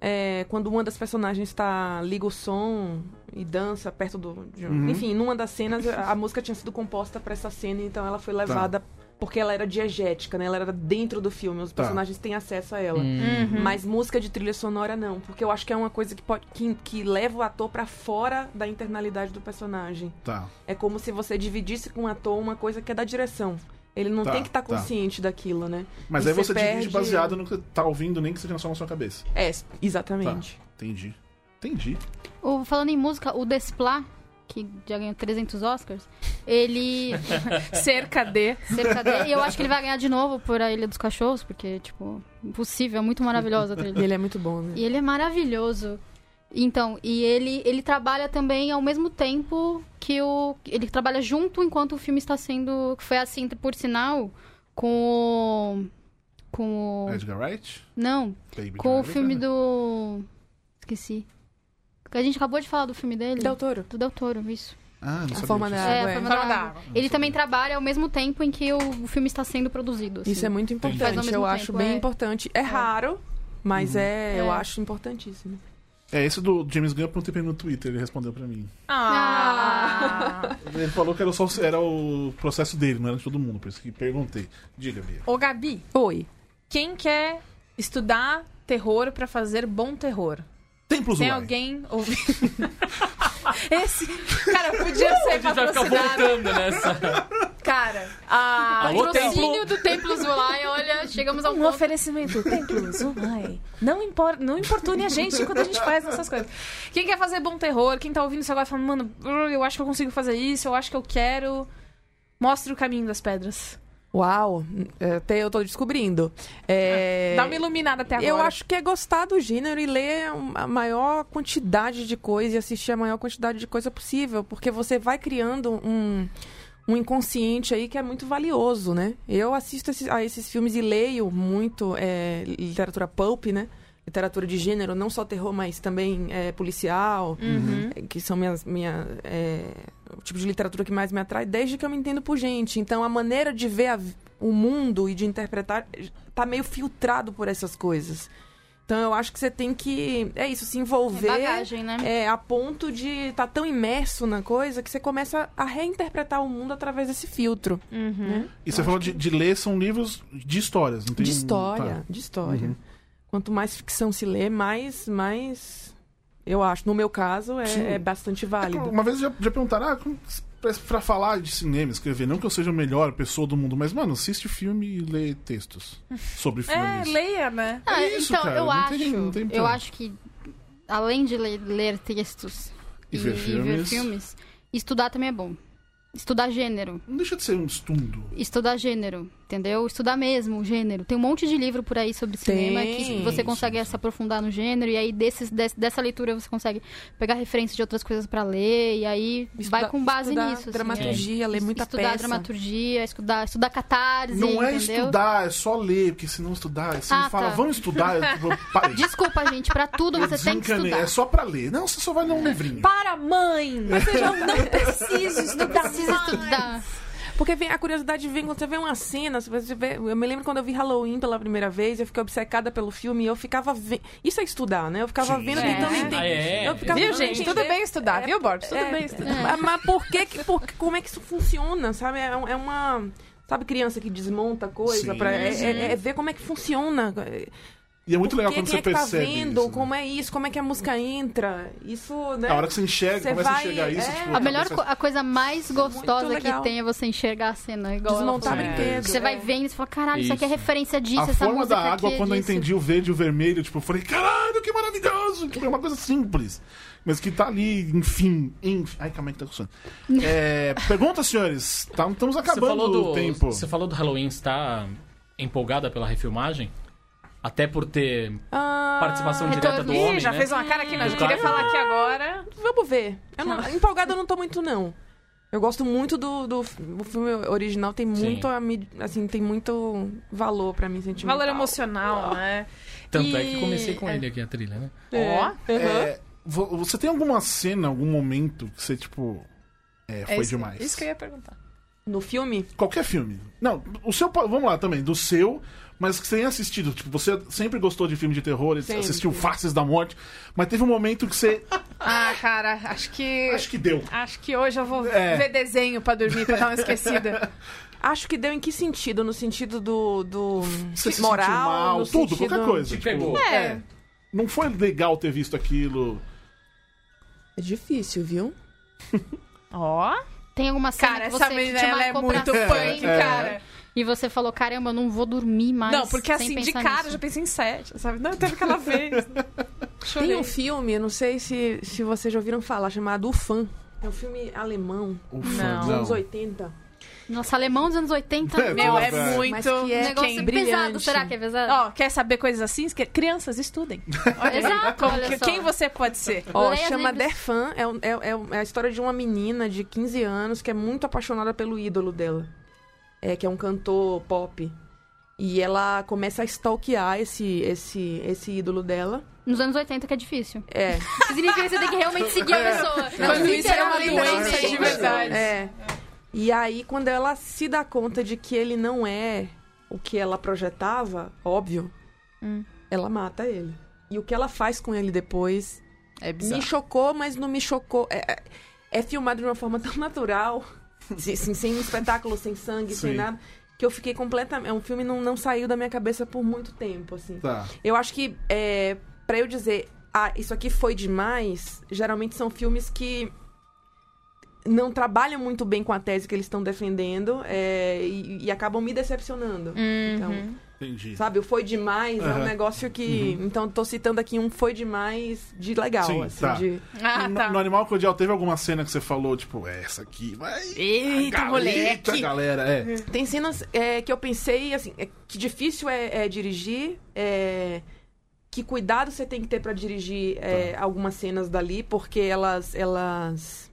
Speaker 6: é, quando uma das personagens tá, liga o som e dança perto do. de um-
Speaker 1: Uhum.
Speaker 6: Enfim, numa das cenas, a a música tinha sido composta pra essa cena, então ela
Speaker 1: Tá.
Speaker 6: foi levada. Porque ela era diegética, né? Ela era dentro do filme, os
Speaker 1: Tá.
Speaker 6: personagens têm acesso a ela. Uhum.
Speaker 5: Hum.
Speaker 6: Mas música de trilha sonora não, porque eu acho que é uma coisa que, pode, que, que leva o ator pra fora da internalidade do personagem.
Speaker 1: Tá.
Speaker 6: É como se você dividisse com o ator uma coisa que é da direção. Ele não
Speaker 1: Tá,
Speaker 6: tem que estar
Speaker 1: tá.
Speaker 6: consciente daquilo, né?
Speaker 1: Mas
Speaker 6: E
Speaker 1: aí você
Speaker 6: você
Speaker 1: dirige
Speaker 6: perde-
Speaker 1: baseado no que você tá ouvindo, nem que seja só na sua cabeça.
Speaker 6: É, exatamente.
Speaker 1: Entendi. Entendi.
Speaker 4: O, falando em música, o Desplat, que já ganhou 300 Oscars, ele.
Speaker 3: Cerca de.
Speaker 4: cerca dele- e eu acho que ele vai ganhar de novo por A Ilha dos Cachorros, porque, tipo, impossível, é muito maravilhosa a trilha.
Speaker 6: E ele é muito bom, né?
Speaker 4: E ele é maravilhoso. Então, e ele, ele trabalha também ao mesmo tempo que o. Ele trabalha junto enquanto o filme está sendo. que Foi assim, por sinal, com o. Com o.
Speaker 1: Edgar Wright?
Speaker 4: Não,
Speaker 1: Baby
Speaker 4: com o
Speaker 1: Driver. né?
Speaker 4: filme do. Esqueci. Que a gente acabou de falar do filme dele.
Speaker 6: Del Toro.
Speaker 4: Do Del Toro, isso.
Speaker 1: Ah, não
Speaker 6: A
Speaker 1: sabia
Speaker 6: forma
Speaker 1: disso.
Speaker 6: da-
Speaker 4: é,
Speaker 6: Água, é.
Speaker 4: Forma
Speaker 3: Forma
Speaker 4: da
Speaker 3: da
Speaker 4: Água. Ele também trabalha ao mesmo tempo em que o, o filme está sendo produzido. assim.
Speaker 6: Isso é muito
Speaker 4: Faz ao
Speaker 6: importante,
Speaker 4: mesmo
Speaker 6: eu acho
Speaker 4: tempo,
Speaker 6: bem
Speaker 4: é.
Speaker 6: importante. É raro, mas
Speaker 1: Uhum.
Speaker 6: é, eu
Speaker 4: É.
Speaker 6: acho importantíssimo.
Speaker 1: É, esse do James Gunn eu perguntei pra ele no Twitter, ele respondeu pra mim.
Speaker 3: Ah.
Speaker 1: Ele falou que era, só, era o processo dele, não era de todo mundo, por isso que perguntei. Diga, Bia.
Speaker 3: Ô, Gabi,
Speaker 6: Oi.
Speaker 3: quem quer estudar terror pra fazer bom terror?
Speaker 1: Templos
Speaker 3: Tem
Speaker 1: Uai.
Speaker 3: alguém ouvindo? Esse. Cara, podia
Speaker 5: A
Speaker 3: ser
Speaker 5: gente vai ficar
Speaker 3: patrocinado.
Speaker 5: voltando nessa.
Speaker 3: Cara, a...
Speaker 5: Alô,
Speaker 4: Patrocínio
Speaker 5: Templo?
Speaker 4: do Templo Zulai, olha, chegamos a um
Speaker 3: Ah, Um
Speaker 4: ponto.
Speaker 3: oferecimento, templos, uai. Não, impor, não importune a gente enquanto a gente faz nossas coisas. Quem quer fazer bom terror, quem tá ouvindo isso agora falando, mano, brr, eu acho que eu consigo fazer isso, eu acho que eu quero. Mostre o caminho das pedras.
Speaker 6: Uau, até eu tô descobrindo. É,
Speaker 4: um
Speaker 3: Dá uma iluminada até agora.
Speaker 6: eu acho que é gostar do gênero e ler a maior quantidade de coisa e assistir a maior quantidade de coisa possível, porque você vai criando um, um inconsciente aí que é muito valioso, né? Eu assisto esses- a esses filmes e leio muito é, literatura pulp, né? Literatura de gênero, não só terror, mas também é, policial,
Speaker 3: Uhum.
Speaker 6: que são minhas, minha, é, o tipo de literatura que mais me atrai desde que eu me entendo por gente. Então a maneira de ver a vi- o mundo e de interpretar eh, tá meio filtrado por essas coisas. Então eu acho que você tem que, é isso, se
Speaker 4: É
Speaker 6: envolver
Speaker 4: bagagem, né?
Speaker 6: é, a ponto de estar tão imerso na coisa que você começa a reinterpretar o mundo através desse filtro.
Speaker 3: Uhum.
Speaker 6: né?
Speaker 1: E você falou de, de ler, são livros de histórias, não tem
Speaker 6: de história,
Speaker 1: tá.
Speaker 6: de história. Quanto mais ficção se lê, mais, mais eu acho. No meu caso,
Speaker 1: Sim.
Speaker 6: é, é bastante válido.
Speaker 1: Uma vez já, já perguntaram, ah, como, pra, pra falar de cinema, escrever, não que eu seja a melhor pessoa do mundo, mas, mano, assiste filme e lê textos sobre
Speaker 3: É,
Speaker 1: filmes.
Speaker 3: leia, né?
Speaker 4: Ah,
Speaker 1: É isso,
Speaker 4: então,
Speaker 1: cara,
Speaker 4: eu
Speaker 1: não
Speaker 4: acho.
Speaker 1: tem- não tem
Speaker 4: eu
Speaker 1: pra-
Speaker 4: acho que, além de ler, ler textos
Speaker 1: E ver filmes.
Speaker 4: filmes, estudar também é bom. Estudar gênero.
Speaker 1: Não deixa de ser um estudo.
Speaker 4: Estudar gênero, entendeu? Estudar mesmo o gênero. Tem um monte de livro por aí sobre
Speaker 6: Tem.
Speaker 4: cinema que você consegue se aprofundar no gênero, e aí desses, des- dessa leitura você consegue pegar referência de outras coisas pra ler, e aí vai
Speaker 6: Estuda-
Speaker 4: com base
Speaker 6: estudar
Speaker 4: nisso. assim,
Speaker 6: Dramaturgia,
Speaker 4: é.
Speaker 6: ler muita
Speaker 4: Estudar
Speaker 6: peça.
Speaker 4: dramaturgia, estudar, estudar catarse,
Speaker 1: não é
Speaker 4: entendeu?
Speaker 1: estudar, é só ler, porque se não estudar, se
Speaker 4: Ah,
Speaker 1: não fala,
Speaker 4: tá.
Speaker 1: vamos estudar, eu, eu, parei.
Speaker 4: Desculpa, gente, pra tudo
Speaker 1: Eu
Speaker 4: você tem que
Speaker 1: desencanei,
Speaker 4: estudar.
Speaker 1: É só pra ler. Não, você só vai ler um livrinho.
Speaker 3: Para, mãe! Mas eu já não preciso estudar
Speaker 4: Precisa
Speaker 3: mais.
Speaker 4: estudar.
Speaker 6: Porque vem, a curiosidade vem quando você vê uma cena, se você vê, eu me lembro quando eu vi Halloween pela primeira vez, eu fiquei obcecada pelo filme e eu ficava ve- isso é estudar, né? Eu ficava
Speaker 1: Sim.
Speaker 6: vendo
Speaker 1: É.
Speaker 6: tentando entender.
Speaker 5: Ah, é.
Speaker 6: Eu ficava
Speaker 3: Viu,
Speaker 6: tentando
Speaker 3: Tá gente?
Speaker 6: entender.
Speaker 3: Tudo bem estudar,
Speaker 6: É,
Speaker 3: viu, Borges? Tudo
Speaker 6: é,
Speaker 3: bem estudar.
Speaker 6: Mas- Mas por que, que- por que- como é que isso funciona, sabe? É, um- é uma sabe criança que desmonta coisa
Speaker 1: Sim.
Speaker 6: para é, é- é ver como é que funciona.
Speaker 1: E é muito
Speaker 6: Por
Speaker 1: legal
Speaker 6: que,
Speaker 1: quando
Speaker 6: quem
Speaker 1: você
Speaker 6: é que tá
Speaker 1: percebe.
Speaker 6: vendo?
Speaker 1: isso, né?
Speaker 6: Como é isso? Como é que a música entra? Isso, né?
Speaker 1: A hora que você enxerga,
Speaker 6: Você
Speaker 1: começa a
Speaker 6: vai-
Speaker 1: enxergar isso.
Speaker 6: é.
Speaker 1: tipo,
Speaker 4: A melhor
Speaker 1: cabeça-
Speaker 4: co- a coisa mais gostosa que
Speaker 6: legal.
Speaker 4: tem é você enxergar a cena, igual ela
Speaker 6: Desmontar
Speaker 4: falou.
Speaker 6: brinquedo.
Speaker 4: Você vai vendo e você fala, caralho, isso aqui é
Speaker 5: Isso.
Speaker 4: referência disso,
Speaker 1: A
Speaker 4: essa
Speaker 1: forma
Speaker 4: música
Speaker 1: da água,
Speaker 4: aqui é
Speaker 1: quando eu
Speaker 4: disso.
Speaker 1: entendi o verde e o vermelho, tipo, eu falei, caralho, que maravilhoso! Tipo, é uma coisa simples. Mas que tá ali, enfim. enfim. Ai, calma aí que tá com sono. É, pergunta, senhores. Tá, estamos acabando o tempo.
Speaker 5: Você falou do Halloween, está empolgada pela refilmagem? Até por ter
Speaker 6: Ah,
Speaker 5: participação direta do
Speaker 4: retorno.
Speaker 5: homem,
Speaker 3: Ih, é já
Speaker 5: né?
Speaker 3: fez uma cara que nós
Speaker 5: Do
Speaker 3: queria
Speaker 5: cara.
Speaker 3: falar aqui agora.
Speaker 6: Vamos ver. Eu não- empolgada eu não tô muito, não. Eu gosto muito do, do, o filme original, tem
Speaker 5: Sim.
Speaker 6: muito, a mi- assim, tem muito valor pra mim sentimental.
Speaker 3: Valor emocional, né?
Speaker 5: Tanto é
Speaker 3: E-
Speaker 5: que comecei com ele aqui, a trilha, né?
Speaker 6: É.
Speaker 3: Ó.
Speaker 6: Aham.
Speaker 1: É, vo- você tem alguma cena, algum momento que você, tipo. É, foi
Speaker 3: É isso-
Speaker 1: demais.
Speaker 3: Isso que eu ia perguntar.
Speaker 6: No filme,
Speaker 1: Qualquer filme. Não, o seu. pa- Vamos lá também, do seu, mas que você tenha assistido. Tipo, você sempre gostou de filme de terror,
Speaker 6: Sempre.
Speaker 1: assistiu Faces da Morte, mas teve um momento que você.
Speaker 3: Ah, cara, acho que.
Speaker 1: Acho que deu.
Speaker 3: Acho que hoje eu vou
Speaker 1: É.
Speaker 3: ver desenho pra dormir, pra dar uma esquecida.
Speaker 6: acho que deu em que sentido? No sentido do, do
Speaker 1: Você se
Speaker 6: moral,
Speaker 1: sentiu mal,
Speaker 6: no
Speaker 1: tudo,
Speaker 6: sentido-
Speaker 1: qualquer coisa.
Speaker 5: Te pegou.
Speaker 1: É. Não foi legal ter visto aquilo.
Speaker 6: É difícil, viu?
Speaker 3: Ó.
Speaker 4: Tem alguma cena
Speaker 3: Cara,
Speaker 4: que você
Speaker 3: essa
Speaker 4: te
Speaker 3: menina ela é
Speaker 4: marcou
Speaker 3: muito
Speaker 4: pra
Speaker 3: punk,
Speaker 4: sempre?
Speaker 1: é.
Speaker 3: cara.
Speaker 4: E você falou, caramba, eu não vou dormir mais.
Speaker 3: não, porque
Speaker 4: sem
Speaker 3: assim, de
Speaker 4: pensar
Speaker 3: cara, eu
Speaker 4: nisso.
Speaker 3: já pensei em sete, sabe? Não, teve aquela vez. Chorei.
Speaker 6: Tem um filme, eu não sei se, se vocês já ouviram falar, chamado O Fã. É um filme alemão,
Speaker 1: Ufa,
Speaker 3: Não.
Speaker 6: dos anos 80.
Speaker 4: Nossa, alemão dos anos 80.
Speaker 1: É,
Speaker 3: Meu, é
Speaker 1: Nossa,
Speaker 3: muito.
Speaker 6: Mas que
Speaker 4: O
Speaker 6: é
Speaker 4: negócio
Speaker 6: quem?
Speaker 4: é pesado,
Speaker 6: Brilhante.
Speaker 4: será que é pesado?
Speaker 3: Ó, quer saber coisas assim? Esque- Crianças, estudem. Olha aí,
Speaker 4: Exato,
Speaker 3: como
Speaker 4: olha
Speaker 3: que-
Speaker 4: só.
Speaker 3: Quem você pode ser?
Speaker 6: Ó,
Speaker 4: Leia
Speaker 6: chama
Speaker 4: livros.
Speaker 6: Der Fan, é, um- é- é um- é a história de uma menina de 15 anos que é muito apaixonada pelo ídolo dela. É, que é um cantor pop. E ela começa a stalkear esse, esse, esse ídolo dela.
Speaker 4: Nos anos 80 que é difícil.
Speaker 6: É.
Speaker 4: Significa que você tem que realmente seguir
Speaker 1: É.
Speaker 4: a pessoa.
Speaker 3: Quando isso era uma
Speaker 4: Literalmente.
Speaker 3: doença de verdade.
Speaker 6: É. E aí, quando ela se dá conta de que ele não é o que ela projetava, óbvio,
Speaker 3: Hum.
Speaker 6: ela mata ele. E o que ela faz com ele depois
Speaker 3: É
Speaker 6: me chocou, mas não me chocou. É, é- é filmado de uma forma tão natural, se- assim, sem espetáculo, sem sangue,
Speaker 1: Sim.
Speaker 6: sem nada, que eu fiquei completamente. O filme não, não saiu da minha cabeça por muito tempo, assim.
Speaker 1: Tá.
Speaker 6: Eu acho que é, para eu dizer, ah, isso aqui foi demais, geralmente são filmes que não trabalham muito bem com a tese que eles estão defendendo é, e, e acabam me decepcionando. Então,
Speaker 1: Entendi.
Speaker 6: sabe, o foi demais é
Speaker 1: Aham. Uhum.
Speaker 6: um negócio que. Então, tô citando aqui um foi demais de legal,
Speaker 1: Sim,
Speaker 6: assim,
Speaker 1: tá.
Speaker 6: de-
Speaker 3: Ah,
Speaker 1: No-
Speaker 3: tá.
Speaker 1: No Animal Cordial teve alguma cena que você falou, tipo, essa aqui vai.
Speaker 3: Eita,
Speaker 1: Galera,
Speaker 3: moleque.
Speaker 1: eita, galera, é.
Speaker 6: Tem cenas é, que eu pensei, assim, é, que difícil é, é dirigir, é, que cuidado você tem que ter pra dirigir é,
Speaker 1: Tá.
Speaker 6: algumas cenas dali, porque elas, elas.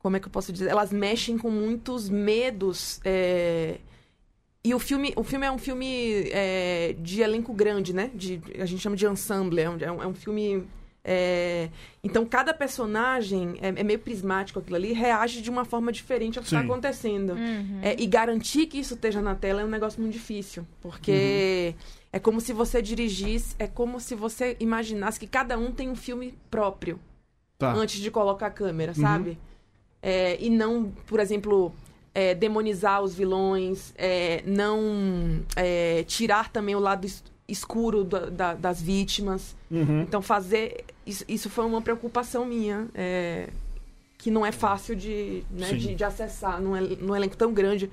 Speaker 6: Como é que eu posso dizer? Elas mexem com muitos medos. é, e o filme, o filme é um filme é, de elenco grande, né? De, a gente chama de ensemble, é um, é um- é um filme É, então, cada personagem, é, é meio prismático aquilo ali, reage de uma forma diferente ao que está
Speaker 1: Sim.
Speaker 6: acontecendo. É, e garantir que isso esteja na tela é um negócio muito difícil, porque é como se você dirigisse, é como se você imaginasse que cada um tem um filme próprio
Speaker 1: Tá.
Speaker 3: Uhum.
Speaker 6: antes de colocar a câmera,
Speaker 1: Uhum.
Speaker 6: sabe? É, e não, por exemplo, é, demonizar os vilões, é, não é, tirar também o lado es- escuro da- da- das vítimas.
Speaker 1: Uhum.
Speaker 6: Então fazer isso, isso foi uma preocupação minha é, que não é fácil de, né,
Speaker 1: Sim.
Speaker 6: de, de acessar num, el- num elenco tão grande,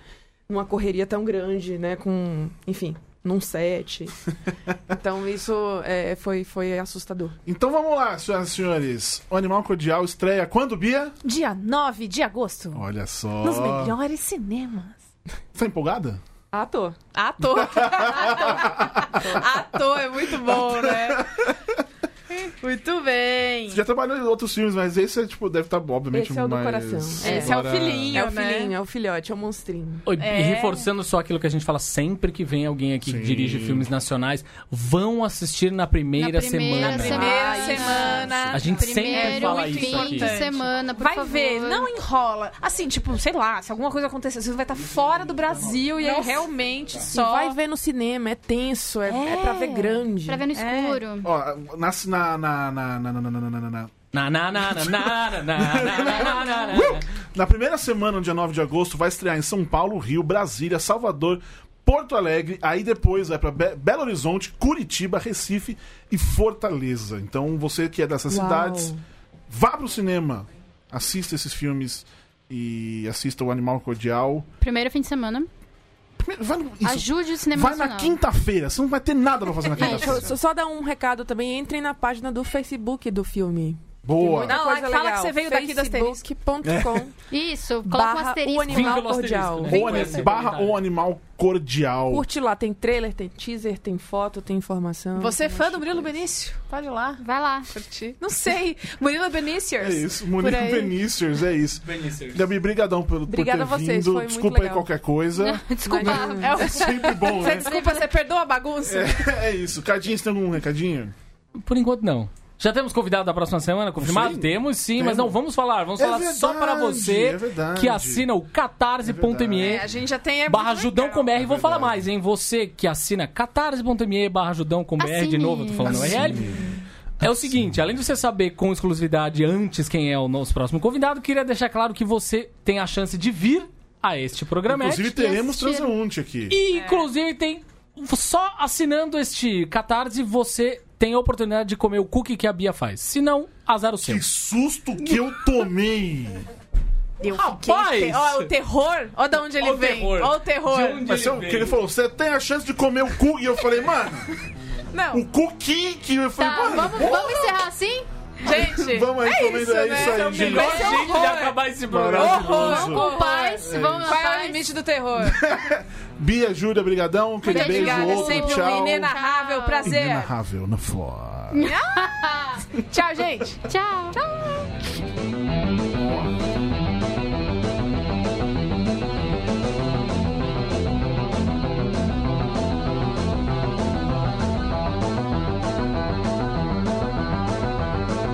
Speaker 6: numa correria tão grande, né? Com enfim, num set. então isso é, foi foi assustador.
Speaker 1: Então vamos lá, senhoras e senhores. O Animal Cordial estreia quando, Bia?
Speaker 3: Dia 9 de agosto,
Speaker 1: Olha só.
Speaker 3: nos melhores cinemas.
Speaker 1: Tá empolgada?
Speaker 6: Ah, tô.
Speaker 3: Ator. Ator é muito bom, né? Muito bem.
Speaker 1: Você já trabalhou em outros filmes, mas esse é, tipo, deve estar, obviamente,
Speaker 6: Esse é o do
Speaker 1: mais...
Speaker 6: coração.
Speaker 3: Esse é o filhinho,
Speaker 6: É o
Speaker 3: né?
Speaker 6: filhinho, é o filhote, é o monstrinho.
Speaker 5: E
Speaker 3: É.
Speaker 5: reforçando só aquilo que a gente fala sempre que vem alguém aqui
Speaker 1: Sim.
Speaker 5: que dirige filmes nacionais, vão assistir na primeira,
Speaker 4: Na primeira
Speaker 5: semana.
Speaker 4: semana.
Speaker 3: Primeira
Speaker 4: Ai,
Speaker 3: semana.
Speaker 5: A gente sempre
Speaker 4: Primeiro
Speaker 5: fala
Speaker 4: e
Speaker 5: isso
Speaker 4: fim
Speaker 5: aqui.
Speaker 4: de semana, por
Speaker 3: Vai
Speaker 4: favor.
Speaker 3: ver, não enrola. Assim, tipo, sei lá, se alguma coisa acontecer, você vai
Speaker 1: Uhum.
Speaker 3: estar fora do Brasil e aí realmente só.
Speaker 6: E vai ver no cinema, é tenso, é, é. pra ver grande.
Speaker 4: Pra ver
Speaker 3: É.
Speaker 4: no escuro.
Speaker 1: Ó, nasce na... na, na, na, na, na, na, na, na.
Speaker 5: Na, na, na, na, na, na, na, na, na, na, na.
Speaker 1: Na primeira semana, no dia 9 de agosto, vai estrear em São Paulo, Rio, Brasília, Salvador, Porto Alegre, aí depois vai pra Be- Belo Horizonte, Curitiba, Recife e Fortaleza. Então, você que é dessas
Speaker 6: Uau.
Speaker 1: cidades, vá pro cinema, assista esses filmes e assista o Animal Cordial.
Speaker 4: Primeiro fim de semana.
Speaker 1: Primeiro, vai no- isso,
Speaker 4: Ajude o
Speaker 3: é
Speaker 4: cinema
Speaker 1: vai na
Speaker 4: nacional.
Speaker 1: quinta-feira, você não vai ter nada pra fazer na
Speaker 6: Gente, eu-
Speaker 1: quinta-feira.
Speaker 6: só- só dar um recado também, entrem na página do Facebook do filme.
Speaker 1: Boa.
Speaker 3: Não, um
Speaker 6: Coisa
Speaker 3: like, fala
Speaker 6: legal.
Speaker 3: que você veio daqui das telas.
Speaker 6: Facebook.com
Speaker 4: Isso, coloca um
Speaker 6: barra o
Speaker 4: asterisco.
Speaker 6: animal
Speaker 5: Vínculo
Speaker 6: cordial.
Speaker 5: asterisco, né?
Speaker 1: Ou ani-
Speaker 5: esse
Speaker 1: barra
Speaker 5: comentário.
Speaker 1: ou animal cordial.
Speaker 6: Curte lá, tem trailer, tem teaser, tem foto, tem informação.
Speaker 3: Você é fã do Murilo Benício? Pode ir lá,
Speaker 4: Vai lá.
Speaker 3: curtir. Não sei. Murilo Benício.
Speaker 1: É isso,
Speaker 3: Por
Speaker 1: Murilo
Speaker 3: aí.
Speaker 1: Benícios, é isso. Gabi, brigadão pelo, por ter
Speaker 6: Obrigada a vocês,
Speaker 1: vindo.
Speaker 6: foi muito
Speaker 1: Desculpa aí
Speaker 6: legal.
Speaker 1: qualquer coisa.
Speaker 4: Desculpa.
Speaker 3: É o-
Speaker 1: É sempre bom,
Speaker 3: Você
Speaker 1: né?
Speaker 3: desculpa, você perdoa a bagunça?
Speaker 1: É, é isso. Cadinho, você tem algum recadinho?
Speaker 5: Por enquanto, não. Já temos convidado da próxima semana, confirmado?
Speaker 1: Sim.
Speaker 5: Temos sim, mas
Speaker 1: Temos.
Speaker 5: não vamos falar. Vamos
Speaker 1: É
Speaker 5: falar só
Speaker 1: verdade,
Speaker 5: para você
Speaker 1: é verdade.
Speaker 5: que assina o catarse.me.
Speaker 1: É
Speaker 3: É, a gente já tem. É
Speaker 5: Barra
Speaker 3: muito
Speaker 5: Judão
Speaker 3: legal.
Speaker 5: com BR, vou falar
Speaker 1: verdade.
Speaker 5: mais, hein? Você que assina catarse.me barra Judão com BR, de
Speaker 4: Assine.
Speaker 5: novo, eu tô falando
Speaker 1: Assine.
Speaker 5: URL. É o seguinte, além de você saber com exclusividade antes quem é o nosso próximo convidado, queria deixar claro que você tem a chance de vir a este programa.
Speaker 1: Inclusive, teremos
Speaker 4: assistir.
Speaker 1: transeunte aqui.
Speaker 5: E, inclusive, tem. Só assinando este catarse, você tem a oportunidade de comer o cookie que a Bia faz. Se não, azar o seu.
Speaker 1: Que susto que eu tomei!
Speaker 3: Eu
Speaker 5: Rapaz!
Speaker 3: fiquei- Ó, o terror. Ó, de onde ele
Speaker 5: Ó o
Speaker 3: vem.
Speaker 5: terror.
Speaker 3: Ó, o terror.
Speaker 5: De onde-
Speaker 1: Mas eu, que ele falou, você tem a chance de comer o cu. E eu falei, mano,
Speaker 3: Não,
Speaker 1: o cookie que eu falei,
Speaker 4: Tá,
Speaker 1: mano,
Speaker 4: vamos, vamos encerrar assim?
Speaker 3: gente.
Speaker 1: Vamos aí,
Speaker 3: é
Speaker 1: comendo,
Speaker 3: isso,
Speaker 1: é
Speaker 3: né?
Speaker 1: isso aí,
Speaker 3: É o
Speaker 1: gente.
Speaker 3: melhor jeito de acabar.
Speaker 5: esse
Speaker 1: Maravilhoso.
Speaker 3: Horror.
Speaker 4: Com paz, vamos na
Speaker 3: Qual é o
Speaker 4: paz.
Speaker 3: limite do terror?
Speaker 1: Bia, Júlia, brigadão. Aquele
Speaker 4: Muito
Speaker 1: beijo,
Speaker 3: Obrigada,
Speaker 1: outro,
Speaker 3: sempre
Speaker 1: tchau.
Speaker 3: um inenarrável
Speaker 4: Tchau.
Speaker 3: prazer.
Speaker 1: Inenarrável na flor.
Speaker 3: Tchau, gente.
Speaker 4: Tchau. Tchau.